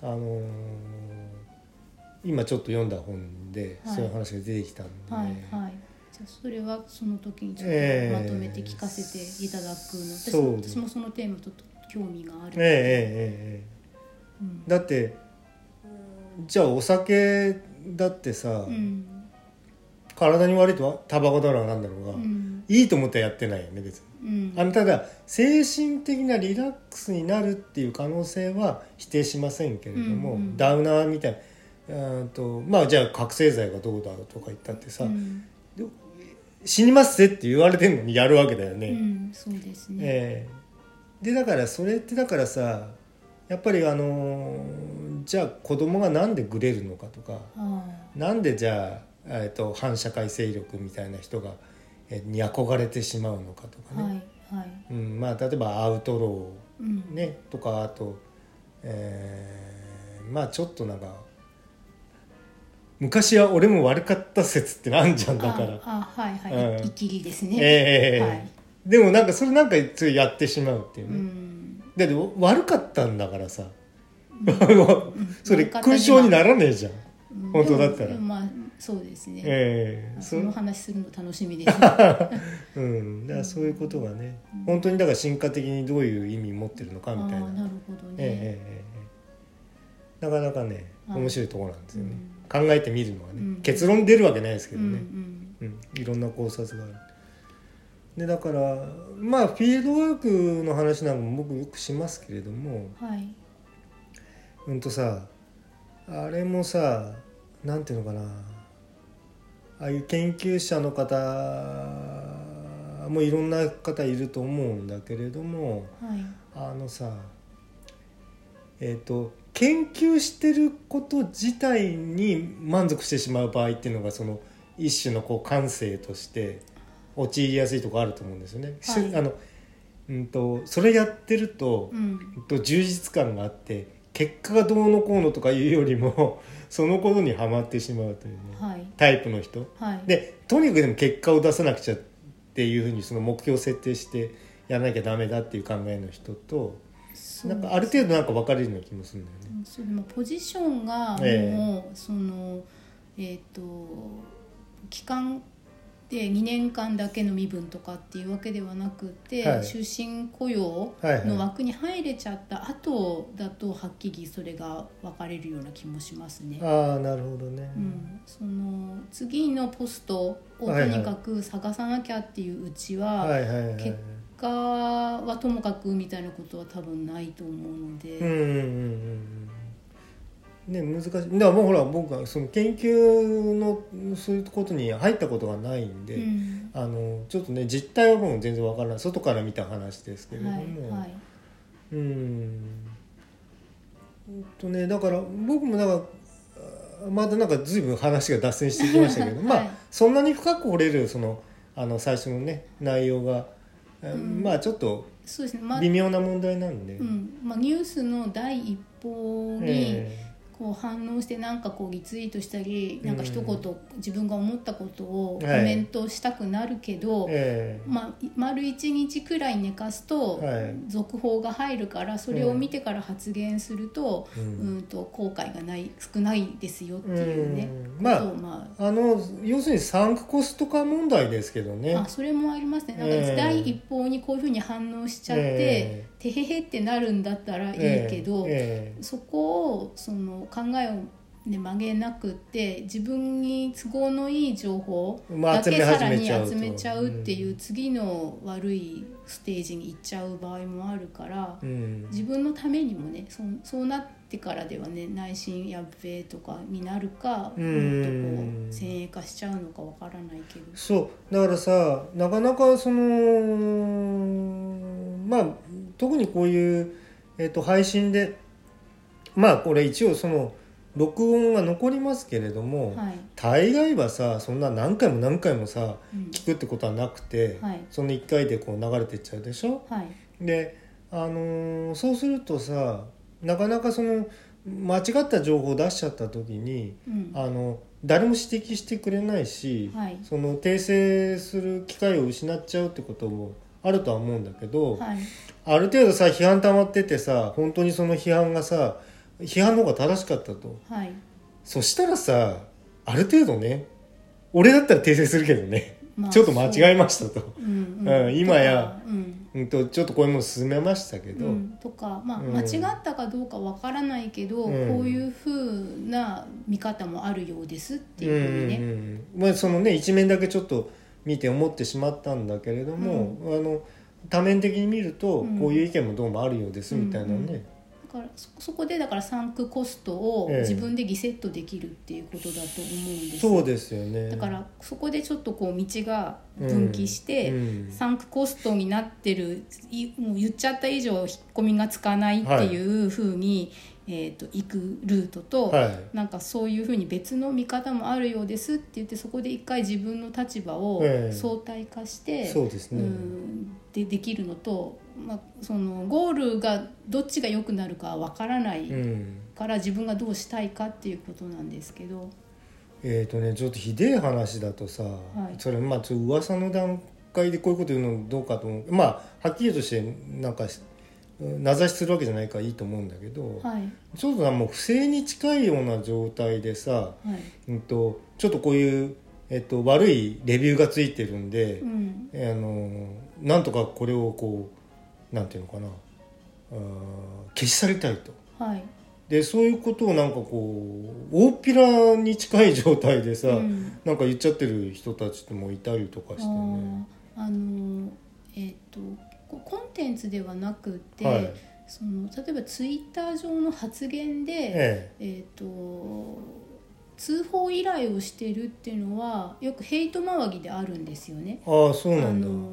A: あのー今ちょっと読んだ本で
B: はい
A: そういう話が出てきたんで、
B: あはいはいじゃあそれはその時にちょっ
A: ええ
B: とまとめて聞かせていただくの、私
A: そう
B: も私もそのテーマちょっと興味があ
A: ええ
B: る、
A: えええ
B: うん
A: えだってじゃあお酒だってさ、
B: うん
A: 体に悪いとはタバコだろうがなんだろうが、
B: うん
A: いいと思ってやってないよね別に
B: うん
A: あのただ精神的なリラックスになるっていう可能性は否定しませんけれども、
B: うんうん
A: ダウナーみたいなうーんとまあじゃあ覚醒剤がどうだとか言ったってさ、
B: うん
A: 死にますぜって言われてんのにやるわけだよね、
B: うん、そうですね、
A: ええでだからそれってだからさやっぱりあのーじゃあ子供がなんでグレるのかとか
B: あ
A: なんでじゃあ、えっと反社会勢力みたいな人がえに憧れてしまうのかとか
B: あ
A: ね、
B: はいはい
A: うんまあ、例えばアウトロ
B: うん
A: ー、ねとかあと、えーまあちょっとなんか昔は俺も悪かった説ってなんじゃんだから。
B: ああはいはい、
A: うん
B: いきりです
A: え
B: ね、
A: え
B: はい
A: でもなんかそれなんかついやってしまうっていう
B: う
A: ね、
B: ん
A: だって悪かったんだからさ、 それ
B: 悪かった
A: 勲章にならねえじゃん、
B: うん
A: 本当だったら
B: でもでもまあそうですね、
A: ええ
B: あ
A: そ
B: そうの話するの楽しみ です、
A: うんだからそういうことがね、
B: うん
A: 本当にだから進化的にどういう意味持ってるのか
B: ああ
A: みたいな
B: なるほ
A: えええ
B: どね、
A: えええなかなかね
B: はい
A: 面白いところなんですよね、考えてみるのはね、
B: うん
A: 結論出るわけないですけ
B: う
A: ど
B: んう
A: ね、
B: ん
A: うんいろんな考察があるでだからまあフィールドワークの話なんかも僕よくしますけれども
B: はい
A: うんとさあれもさなんていうのかなああいう研究者の方もいろんな方いると思うんだけれども
B: はい
A: あのさえっ、と研究してること自体に満足してしまう場合っていうのがその一種のこう感性として陥りやすいとこあると思うんですよね。し
B: はい
A: あのうんとそれやってると、
B: うん
A: と充実感があって結果がどうのこうのとかいうよりもそのことにはまってしまうというね、
B: はい
A: タイプの人
B: はい
A: でとにかくでも結果を出さなくちゃっていうふうにその目標を設定してやらなきゃダメだっていう考えの人と
B: そう
A: なんかある程度なんか分かれるような気もするんだよね。
B: うんそれもポジションがもう、
A: え
B: そのえっ、と期間で2年間だけの身分とかっていうわけではなくて、
A: はい
B: 終身雇用
A: はいはい
B: の枠に入れちゃった後だとはっきりそれが分かれるような気もしますね。
A: ああなるほどね。
B: うん、その次のポストをとにかく探さなきゃっていううちは、
A: はいはいはい。
B: 結結果はともかくみたいなことは多分ないと思うので。
A: うんうんうんうん。ね難しい。だからもうほら僕はその研究のそういうことに入ったことがないんで。
B: うん
A: あのちょっとね実態はもう全然わからない外から見た話ですけれども、
B: はいはい
A: うんうんとねだから僕もなんかあまだなんか随分話が脱線してきましたけど、
B: はい
A: まあそんなに深く掘れるそのあの最初のね内容が、え
B: うん
A: まあちょっと
B: そうですね、まあ
A: 微妙な問題なんで、
B: うんまあ、ニュースの第一報に
A: ええ
B: こう反応してなんかこうリツイートしたりなんか一
A: う
B: 言自分が思ったことをコ
A: はい
B: メントしたくなるけど、
A: ええ
B: まあ、い丸一日くらい寝かすと
A: はい
B: 続報が入るからそれを見てから発言すると,、
A: うん
B: うんと後悔がない少ないですよっていうね、
A: うんまあ
B: ことをまあ
A: あの要するにサンクコスト化問題ですけどね
B: あそれもありますねなん
A: ええ
B: か第一報にこういうふうに反応しちゃって、
A: え
B: てへへってなるんだったらいい
A: ええ
B: けど、
A: え
B: そこをその考えを、ね、曲げなくて自分に都合のいい情報
A: えま
B: だ
A: あ集
B: け
A: め
B: さ
A: 始
B: ら
A: め
B: に
A: ちゃうと
B: 集めちゃうっていううん次の悪いステージに行っちゃう場合もあるから
A: うん
B: 自分のためにもねそそうなってからではね内心やっべえとかになるかもっとこ
A: うん
B: う先鋭化しちゃうのかわからないけど。
A: そうだからさなかなかそのまあ特にこういう、えっと配信でまあこれ一応その録音が残りますけれども、
B: はい、
A: 大概はさそんな何回も何回もさ
B: うん、
A: 聞くってことはなくて、
B: はい
A: その1回でこう流れてっちゃうでしょ
B: はい、
A: で、あのーそうするとさなかなかその間違った情報を出しちゃった時に
B: うん、
A: あの誰も指摘してくれないし、
B: はい
A: その訂正する機会を失っちゃうってこともあるとは思うんだけど、
B: はい、
A: ある程度さ批判溜まっててさ本当にその批判がさ批判の方が正しかったと
B: はい、
A: そしたらさある程度ね俺だったら訂正するけどね、
B: まあ
A: ちょっと間違えましたと、
B: そううん、
A: うん今や、
B: とかうん、
A: うん、とちょっとこういうの進めましたけど、
B: うん、とか、まあ、
A: うん
B: 間違ったかどうかわからないけど、
A: うん
B: こういうふうな見方もあるようですって
A: うん
B: いうふうにね、
A: うんうんまあ、そのね一面だけちょっと見て思ってしまったんだけれども、あの多面的に見ると、
B: うん
A: こういう意見もどうもあるようですみたいなね、
B: うんうんだからそそこでだからサンクコストを
A: ええ
B: 自分でリセットできるっていうことだと思うんです、
A: そうですよね
B: だからそこでちょっとこう道が分岐して、
A: うん
B: サンクコストになってるいもう言っちゃった以上引っ込みがつかないっていうふうに、えー、と行くルートと、
A: はい
B: なんかそういうふうに別の見方もあるようですって言ってそこで一回自分の立場を
A: ええ
B: 相対化して、
A: そうですね、
B: うんでできるのと、まあ、そのゴールがどっちが良くなるかわからない
A: うん
B: から自分がどうしたいかっていうことなんですけど、
A: えーとね、ちょっとひでえ話だとさ、
B: い
A: それまあちょっと噂の段階でこういうこと言うのどうかと思うまあはっきりとしてなんかし名指しするわけじゃないからいいと思うんだけど、
B: はい
A: ちょっとなもう不正に近いような状態でさ、
B: はい
A: うん、とちょっとこういう、えっと、悪いレビューがついてるんで、
B: うん
A: あのなんとかこれをこうなんていうのかなあー消し去りたいと。
B: はい
A: でそういうことをなんかこう大っぴらに近い状態でさ、
B: うん
A: なんか言っちゃってる人たちもいたりとかしてね。
B: あーあのえっ、とこコンテンツではなくて、
A: はい、
B: その例えばツイッター上の発言で、
A: え
B: えー、と通報依頼をしているっていうのはよくヘイト周りであるんですよね
A: え。ああそう
B: あ
A: なんだ。
B: の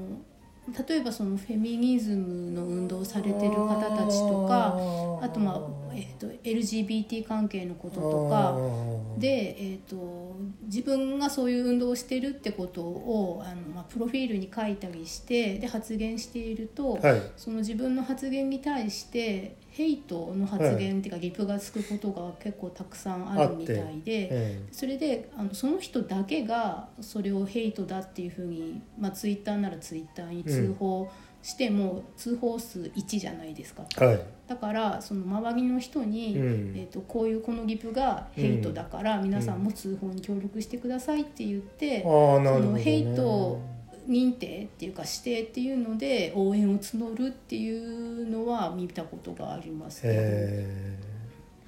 B: 例えばそのフェミニズムの運動をされてる方たちとかあとまあ、えー、と LGBT 関係のことと
A: あ
B: か
A: ー
B: で、えー、と自分がそういう運動をしてるってことをあの、まあ、プロフィールに書いたりしてで発言していると、
A: はい
B: その自分の発言に対してヘイトの発言っていうかリプがつくことが結構たくさんあるみたいで
A: え
B: それであのその人だけがそれをヘイトだっていうふうに、まあ、ツイッターならツイッターに通報しても通報数1じゃないですか。
A: えはい
B: だからその周りの人に、
A: うん
B: えー、とこういうこのリプがヘイトだから皆さんも通報に協力してくださいって言って、
A: ああなるほど、
B: その
A: ね、
B: ヘイト認定っていうか指定っていうので応援を募るっていうのは見たことがありますけど、
A: ええ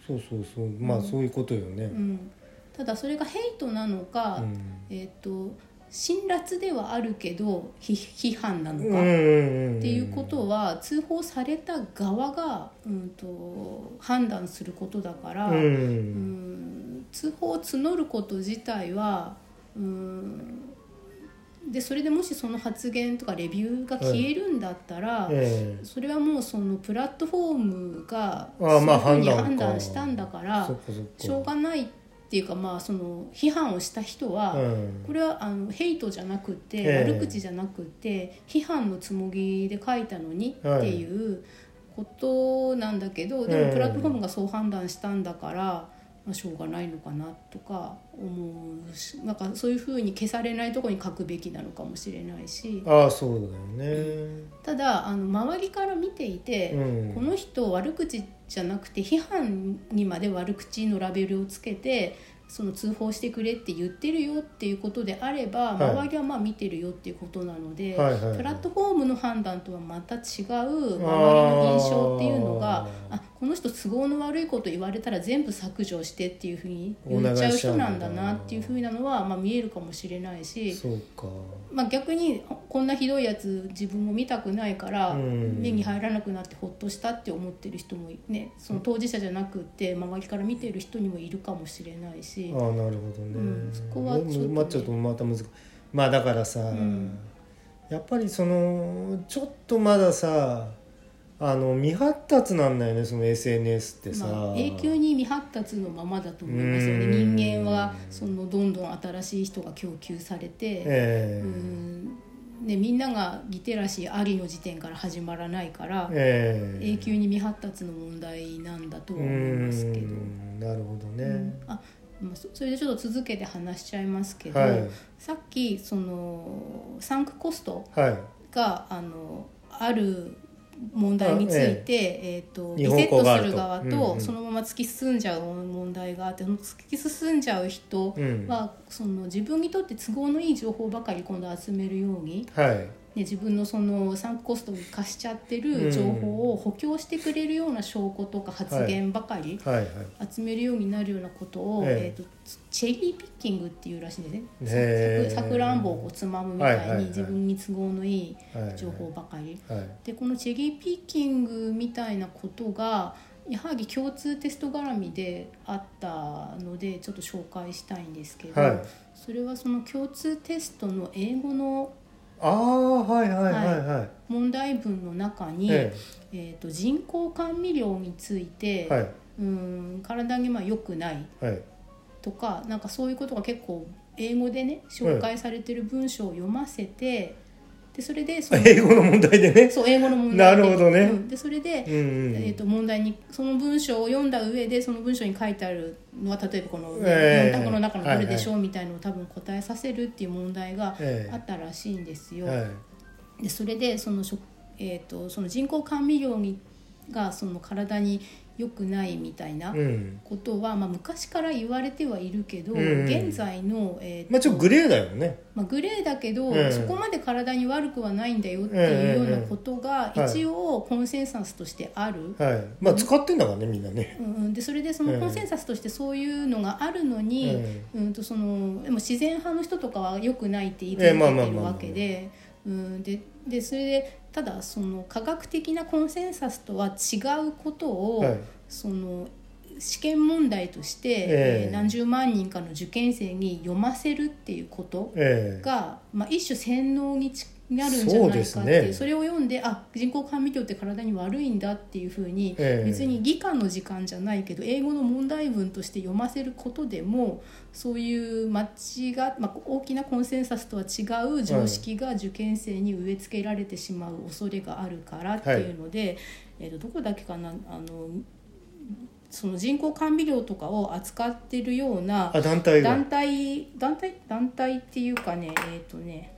A: そうそうそうまあそういうことよね
B: う。ん、ただそれがヘイトなのか、
A: うん
B: えっ、と辛辣ではあるけど批批判なの
A: うん
B: か、
A: うん
B: っ
A: うん
B: ていうことは通報された側が、うん、と判断することだから、
A: うん
B: うん通報を募ること自体はうんでそれでもしその発言とかレビューが消えるんだったら、
A: ええ
B: それはもうそのプラットフォームが
A: ああまあ
B: そういうふうに
A: 判断
B: 判
A: か
B: 断したんだから
A: そっかそっか
B: しょうがないっていうかまあその批判をした人は、
A: うん
B: これはあのヘイトじゃなくて、
A: ええ
B: 悪口じゃなくて批判のつもぎで書いたのにっていうことなんだけど、で
A: ええ
B: もプラットフォームがそう判断したんだから、まあ、しょうがないのかなとか思うしなんかそういうふうに消されないところに書くべきなのかもしれないし
A: ああそうだよね。
B: ただあの周りから見ていて、
A: うん
B: この人悪口じゃなくて批判にまで悪口のラベルをつけてその通報してくれって言ってるよっていうことであれば、
A: はい
B: 周りはまあ見てるよっていうことなので、
A: はいはいはい
B: プラットフォームの判断とはまた違う周りの印象っていうのが
A: あー
B: あこの人都合の悪いこと言われたら全部削除してっていうふうに言
A: お願
B: っ
A: い
B: ちゃう
A: しちゃう
B: 人
A: んだ
B: なんだなっていうふうなのは、まあ、見えるかもしれないし。
A: そうか。
B: まあ、逆にこんなひどいやつ自分も見たくないから
A: うん
B: 目に入らなくなってほっとしたって思ってる人もねその当事者じゃなくて周りから見てる人にもいるかもしれないし
A: ああなるほどね。
B: うんそこはちょっとね
A: まあちょっとまた難しい。まあだからさ、
B: ん
A: やっぱりそのちょっとまださ。あの未発達なんだよねその SNS ってさ、
B: まあ、永久に未発達のままだと思いますよね
A: うん
B: 人間はそのどんどん新しい人が供給されて、
A: え
B: う
A: え
B: んでみんながリテラシーありの時点から始まらないから、
A: ええ
B: 永久に未発達の問題なんだとは思いますけど、
A: うんなるほど
B: う
A: ね
B: ん、あまあそそれでちょっと続けて話しちゃいますけど、
A: はい
B: さっきそのサンクコスト
A: はい
B: があのある問題について、えーと
A: 日
B: リ
A: 本
B: セッ
A: 語
B: ト
A: があ
B: す
A: る
B: る
A: と
B: 側と、
A: うんうん
B: そのまま突き進んじゃう問題があってその突き進んじゃう人
A: うん
B: は、その自分にとって都合のいい情報ばかり今度集めるように、ね、
A: はい
B: 自分のそのサンクコストに貸しちゃってる情報を補強してくれるような証拠とか発言ばかり
A: はいはい
B: 集めるようになるようなことを、
A: ええ
B: えーとチェリーピッキングっていうらしいんです
A: へ
B: ね
A: え
B: ささくらんぼをこうつまむみ
A: は
B: た
A: いはい
B: い
A: はい
B: に自分に都合のいい
A: はい
B: 情報ばかり。
A: はい
B: でこのチェリーピッキングみたいなことがやはり共通テスト絡みであったのでちょっと紹介したいんですけど、
A: はい
B: それはその共通テストの英語の
A: ああはいはいはいはい
B: 問題文の中に、
A: え
B: えー、と人工甘味料について、
A: えはいう
B: ーん体にまあ良くない
A: はい
B: とかなんかそういうことが結構英語でね紹介されてる文章を読ませて、でそれでその
A: 英語の問題でね
B: そう英語の問題で
A: なるほどね
B: うんでそれで、
A: うんうん
B: えー、と問題にその文章を読んだ上でその文章に書いてあるのは例えばこの
A: ええ
B: 4択の中のどれでしょうみたいのを多分答えさせるっていう問題が
A: ええ
B: あったらしいんですよ。
A: はい
B: でそれでその,、えー、とその人工甘味料にがその体に良くないみたいな
A: うん
B: ことは、まあ、昔から言われてはいるけど、
A: うんうん
B: 現在の、えーと
A: まあちょっとグレーだよね
B: まあ、グレーだけど、
A: ええ
B: そこまで体に悪くはないんだよっていうようなことが
A: ええええ
B: 一応コンセンサスとしてある。
A: はいまあ使ってんだからねみんなね
B: うんうん、でそれでそ
A: ええ
B: のコンセンサスとしてそういうのがあるのに、
A: え
B: うん、とそのでも自然派の人とかは良くないって言い
A: ええ
B: 続け
A: まあまあ
B: てる
A: まあ
B: わけでうんででそれでただその科学的なコンセンサスとは違うことを、
A: はい
B: その試験問題として、
A: ええ
B: えー何十万人かの受験生に読ませるっていうこと
A: ええ
B: が、まあ、一種洗脳にちなるんじゃないかっていう
A: そ
B: そう
A: ですね
B: れを読んであ人工甘味料って体に悪いんだっていうふうに、
A: ええ
B: 別に理科の時間じゃないけど英語の問題文として読ませることでもそういう間違っ、まあ、大きなコンセンサスとは違う常識が受験生に植え付けられてしまう恐れがあるからっていうので、えー、とどこだっけかなあのその人工甘味料とかを扱ってるような
A: あ団体が
B: 団体団体団体っていうかねえっ、とね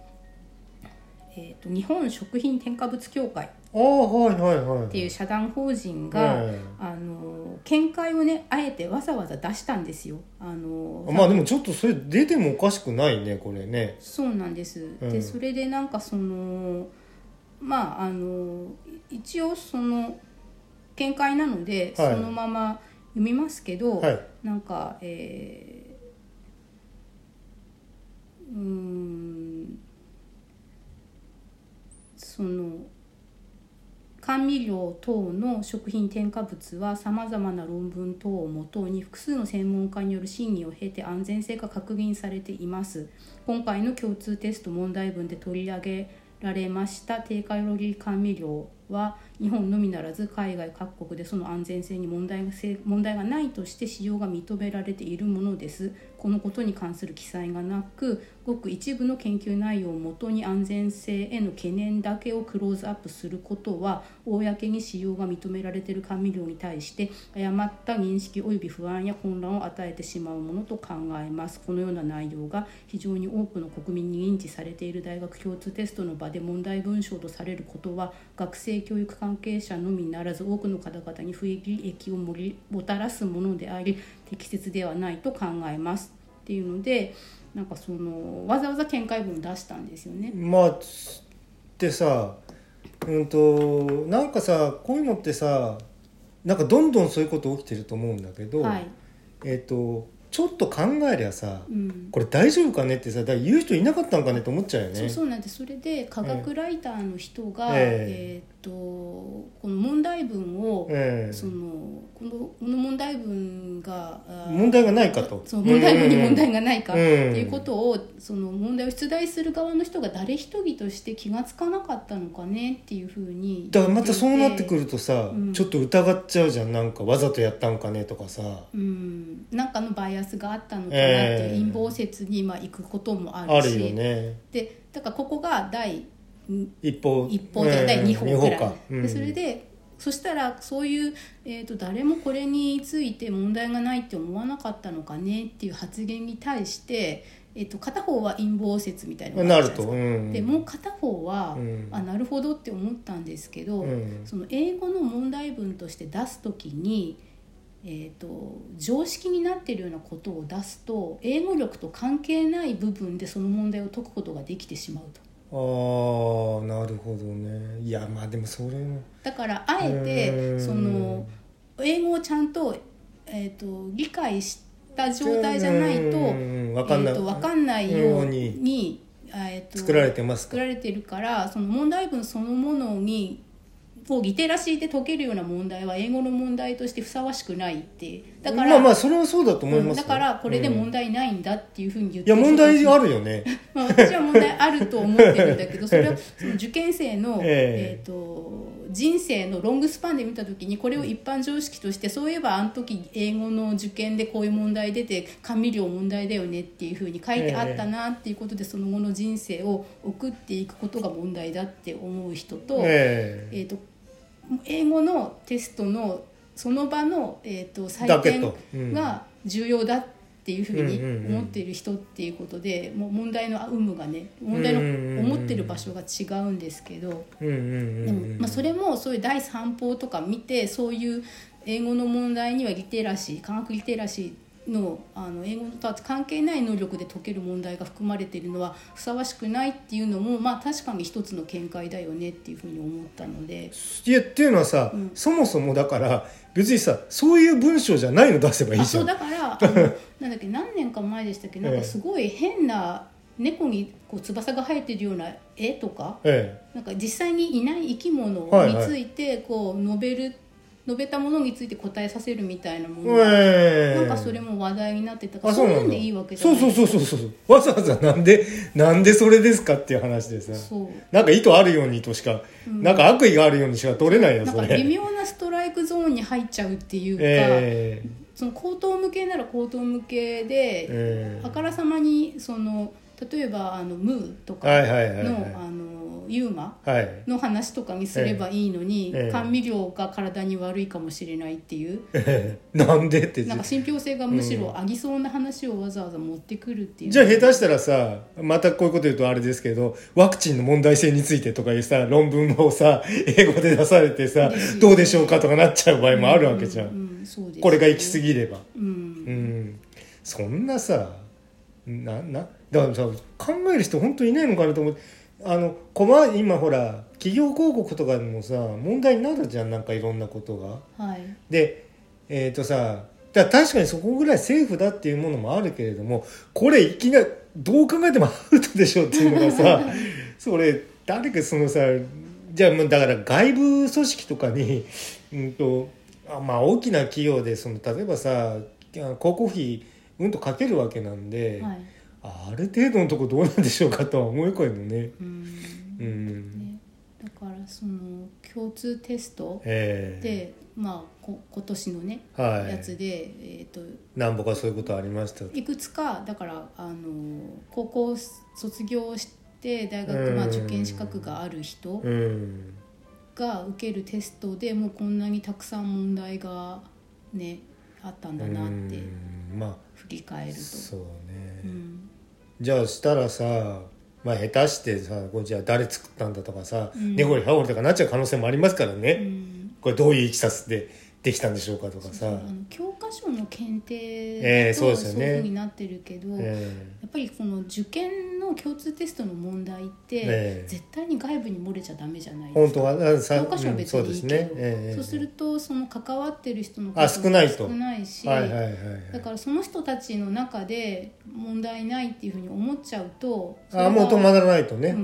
B: えー、と日本食品添加物協会
A: ああはいはいはい
B: っていう社団法人が、
A: え
B: あの見解をねあえてわざわざ出したんですよ。あの
A: えまあでもちょっとそれ出てもおかしくないねこれね
B: そうなんです、
A: う
B: で
A: ん
B: それでなんかそのまああの一応その見解なので、
A: はい
B: そのまま読みますけど、
A: はい
B: なんかえー、うーんその甘味料等の食品添加物はさまざまな論文等をもとに複数の専門家による審議を経て安全性が確認されています今回の共通テスト問題文で取り上げられました低カロリー甘味料は日本のみならず海外各国でその安全性に問題がせ問題がないとして使用が認められているものですこのことに関する記載がなくごく一部の研究内容をもとに安全性への懸念だけをクローズアップすることは公に使用が認められている甘味料に対して誤った認識及び不安や混乱を与えてしまうものと考えますこのような内容が非常に多くの国民に認知されている大学共通テストの場で問題文章とされることは学生教育関係者のみならず多くの方々に不利益をもりもたらすものであり適切ではないと考えますっていうのでなんかそのわざわざ見解文を出したんですよね。
A: まあつってさうんとなんかさこういうのってさなんかどんどんそういうこと起きてると思うんだけど、
B: はい、
A: えっ、とちょっと考えりゃさ
B: うん
A: これ大丈夫かねってさだから言う人いなかったんかねって思っちゃうよね
B: そうそうなんでそれで科学ライターの人が、
A: え
B: えーっとこの問題文を、
A: ええ
B: そのこのこの問題文があ
A: 問題がないかと
B: そう問題文に問題
A: が
B: がないかっ
A: うん
B: ていうことを、その問題を出題する側の人が誰一人として気がつかなかったのかねっていうふうに
A: だからまたそうなってくるとさ、
B: うん
A: ちょっと疑っちゃうじゃんなんかわざとやったんかねとかさ、
B: うん、なんかのバイアスがあったのかなって、
A: ええ
B: 陰謀説に今行くこともあ
A: あ
B: る
A: る
B: し
A: よね
B: でだからここが第
A: 一方
B: 一歩で、
A: ええ
B: 第2歩
A: 二
B: ぐらい
A: か、うん
B: でそれでそしたらそういう、えー、と誰もこれについて問題がないって思わなかったのかねっていう発言に対して、えー、と片方は陰謀説みたいなのがあ
A: な
B: じ
A: る
B: ゃない
A: と、
B: ですか
A: うん、
B: でもう片方は、
A: うん
B: あなるほどって思ったんですけど、
A: うん
B: その英語の問題文として出す時に、えー、と常識になっているようなことを出すと英語力と関係ない部分でその問題を解くことができてしまうと。
A: あーなるほどねいやまあでもそれも
B: だからあえ
A: う
B: て
A: ん
B: その英語をちゃんと,、えー、と理解した状態じゃないと,、
A: うんわかんない、
B: えー、と分かんないように
A: よう
B: えーと
A: 作られてます
B: 作
A: から
B: れてるからその問題文そのものにこうリテラシーで解けるような問題は英語の問題としてふさわしくないってだから、
A: まあまあそれはそうだと思いますよ、
B: うんだからこれで問
A: 題、
B: 題ないんだっていうふうに言っ
A: い
B: て
A: や
B: る
A: 問題あるよね
B: まあ、私は問題あると思ってるんだけどそ れはその受験生の、
A: ええ
B: えーと人生のロングスパンで見た時にこれを一般常識としてそういえばあの時英語の受験でこういう問題出て甘味料問題だよねっていうふうに書いてあったなっていうことでその後の人生を送っていくことが問題だって思う人と,、え
A: ええ
B: ー、と英語のテストのその場の、えー、と採
A: だけ
B: 点
A: とうん
B: が重要だっていうふうに
A: うんうんうん
B: 思っている人っていうことで、もう問題の有無がね問題の
A: うんうんうん
B: 思ってる場所が違うんですけど、
A: うんうんうん、
B: でも、まあ、それもそういう第三報とか見てそういう英語の問題にはリテラシー科学リテラシーのあの英語とは関係ない能力で解ける問題が含まれているのはふさわしくないっていうのも、まあ、確かに一つの見解だよねっていうふうに思ったので。
A: いやっていうのはさ、
B: うん
A: そもそもだから別にさそういう文章じゃないの出せばいい
B: あ
A: じゃ
B: そうんだ からあのなんだっけ何年か前でしたっけなん
A: え
B: か
A: え
B: すごい変な猫にこう翼が生えてるような絵とか
A: え
B: なんか実際にいない生き物
A: はいはい
B: についてこう述べる述べたものについて答えさせるみたいなも
A: え
B: のが
A: ええ
B: なんかそれも話題になってたか
A: あ
B: ら
A: そ
B: そうう
A: な
B: なんん
A: だ
B: でいいわけじゃ
A: そ
B: な
A: う
B: い
A: そうそうそうそうわざわざなんでなんでそれですかっていう話でさ
B: そう
A: なんか意図あるようにとしか、なんか悪意があるようにしか取れないよ
B: なん
A: そ
B: か
A: れ
B: 微妙なストライクゾーンに入っちゃうっていうか、
A: ええ
B: その口頭向けなら口頭向けで、
A: ええ
B: あからさまにその例えばあのムーとかの、
A: はいはいはいはい
B: あのユーマ
A: はい
B: の話とかにすればいいのに、
A: ええ
B: 甘味料が体に悪いかもしれないっていう、
A: ええなんでって
B: なんか信憑性がむしろ上げそうな話をわざわざ持ってくるっていう、
A: じゃあ下手したらさまたこういうこと言うとあれですけどワクチンの問題性についてとかいうさ論文をさ英語で出されてさ
B: ですよね
A: どうでしょうかとかなっちゃう場合もあるわけじゃん、
B: ううんそうです
A: これが行き過ぎれば
B: うん、
A: うん、そんなさななだからさ考える人本当いないのかなと思ってあのこま今ほら企業広告とかでもさ問題になるじゃんなんかいろんなことが。
B: はい
A: でえっ、とさだから確かにそこぐらい政府だっていうものもあるけれどもこれいきなりどう考えてもアウトでしょっていうのが さそれ誰かそのさじゃあもうだから外部組織とかに、うん、とあまあ大きな企業でその例えばさ広告費うんとかけるわけなんで、
B: はい
A: ある程度のとこどうなんでしょうかとは思いこえるのね。
B: うん
A: うん
B: ね、だからその共通テスト
A: ええ
B: で、まあこ今年のね、
A: は
B: やつ
A: い、
B: で、えー、と
A: なんぼかそういうことありました
B: いくつかだからあの高校卒業して大学、
A: うん
B: まあ、受験資格がある人
A: うん
B: が受けるテストでもうこんなにたくさん問題がねあったんだなって
A: うんまあ
B: 振り返ると。
A: そうね、
B: うん
A: じゃあしたらさまあ下手してさこれじゃあ誰作ったんだとかさ
B: うん
A: 根掘、り葉掘りとかなっちゃう可能性もありますから
B: う
A: ね、
B: ん
A: これどういういきさつでできたんでしょうかとか
B: そう
A: さ
B: そうあの教科書の検定
A: ええ
B: だ
A: そう
B: と
A: です
B: そう
A: よ
B: い
A: ね
B: うふうになってるけど、
A: え
B: やっぱりこの受験の共通テストの問題って、
A: ええ
B: 絶対に外部に漏れちゃダメじゃな
A: え
B: い
A: 本
B: ですか
A: 当はあさ
B: 教科書は
A: うん
B: 別
A: そう
B: に
A: で
B: いい
A: す
B: け
A: ね
B: ど、
A: ええええ
B: そうするとその関わってる人の
A: あ
B: 数
A: 少ないと
B: 少ないし、
A: はいはいはいはい
B: だからその人たちの中で問題ないっていうふうに思っちゃうと
A: あもう止ま
B: ね、
A: らないと
B: う
A: ね、
B: ん、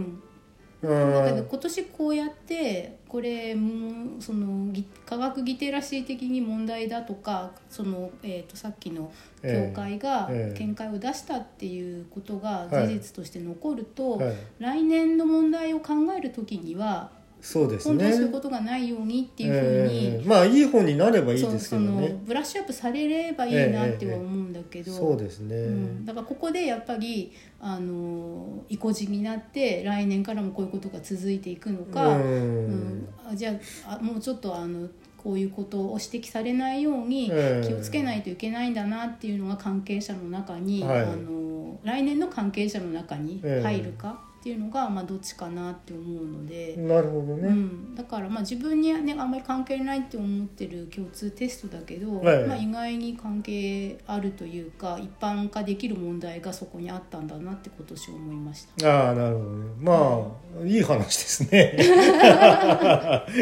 A: う
B: だけど
A: ん
B: 今年こうやってこれもそのぎ科学ギテラシー的に問題だとかその、えー、とさっきの
A: え
B: 教
A: え
B: 会が
A: ええ
B: 見解を出したっていうことが
A: はい
B: 事実として残ると、
A: はい、
B: 来年の問題を考える時には
A: そうです
B: 今度は
A: ね
B: そういうことがないようにっていうふうに、
A: ええまあいい方になればいい
B: そう
A: ですけ
B: そ
A: ど
B: の
A: ね
B: ブラッシュアップされればいいなっては思うんだけど、
A: そうですね、
B: うん、だからここでやっぱりあの意固地になって来年からもこういうことが続いていくのか、
A: うん
B: うんあじゃああもうちょっとあのこういうことを指摘されないように
A: ええ
B: 気をつけないといけないんだなっていうのが関係者の中に、
A: はい
B: あの来年の関係者の中に
A: ええ
B: 入るかっていうのが、まあ、どっちかなって思うので。
A: なるほど
B: う
A: ね、
B: ん、だからまあ自分にはねあんまり関係ないって思ってる共通テストだけど、
A: はい
B: まあ、意外に関係あるというか一般化できる問題がそこにあったんだなって今年思いました。
A: ああなるほどねまあ、いい話ですね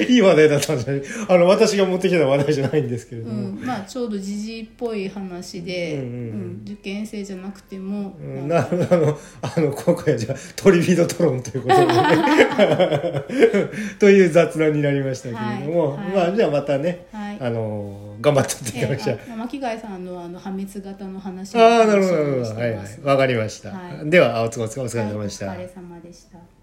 A: いい話題だったんじゃないあの私が持ってきた話題じゃないんですけれど
B: う
A: も、
B: んまあ、ちょうど時事っぽい話で、
A: うんうんうん
B: 受験生じゃなくても、
A: うん
B: な
A: なん
B: か
A: あのあの今回はじゃあトリビドトロンということで という雑談になりましたけれども、
B: はいはい
A: まあじゃあまたね、
B: はい
A: あの頑張ってやっていただきたい、
B: えーあ巻貝さんのあの破滅型の話
A: ああなるほどなるほど
B: し
A: はい
B: て
A: は
B: ま
A: い
B: す
A: わかりました、
B: はい
A: ではおつごつお疲れ
B: はいお
A: 様でした、
B: 疲れ様でした。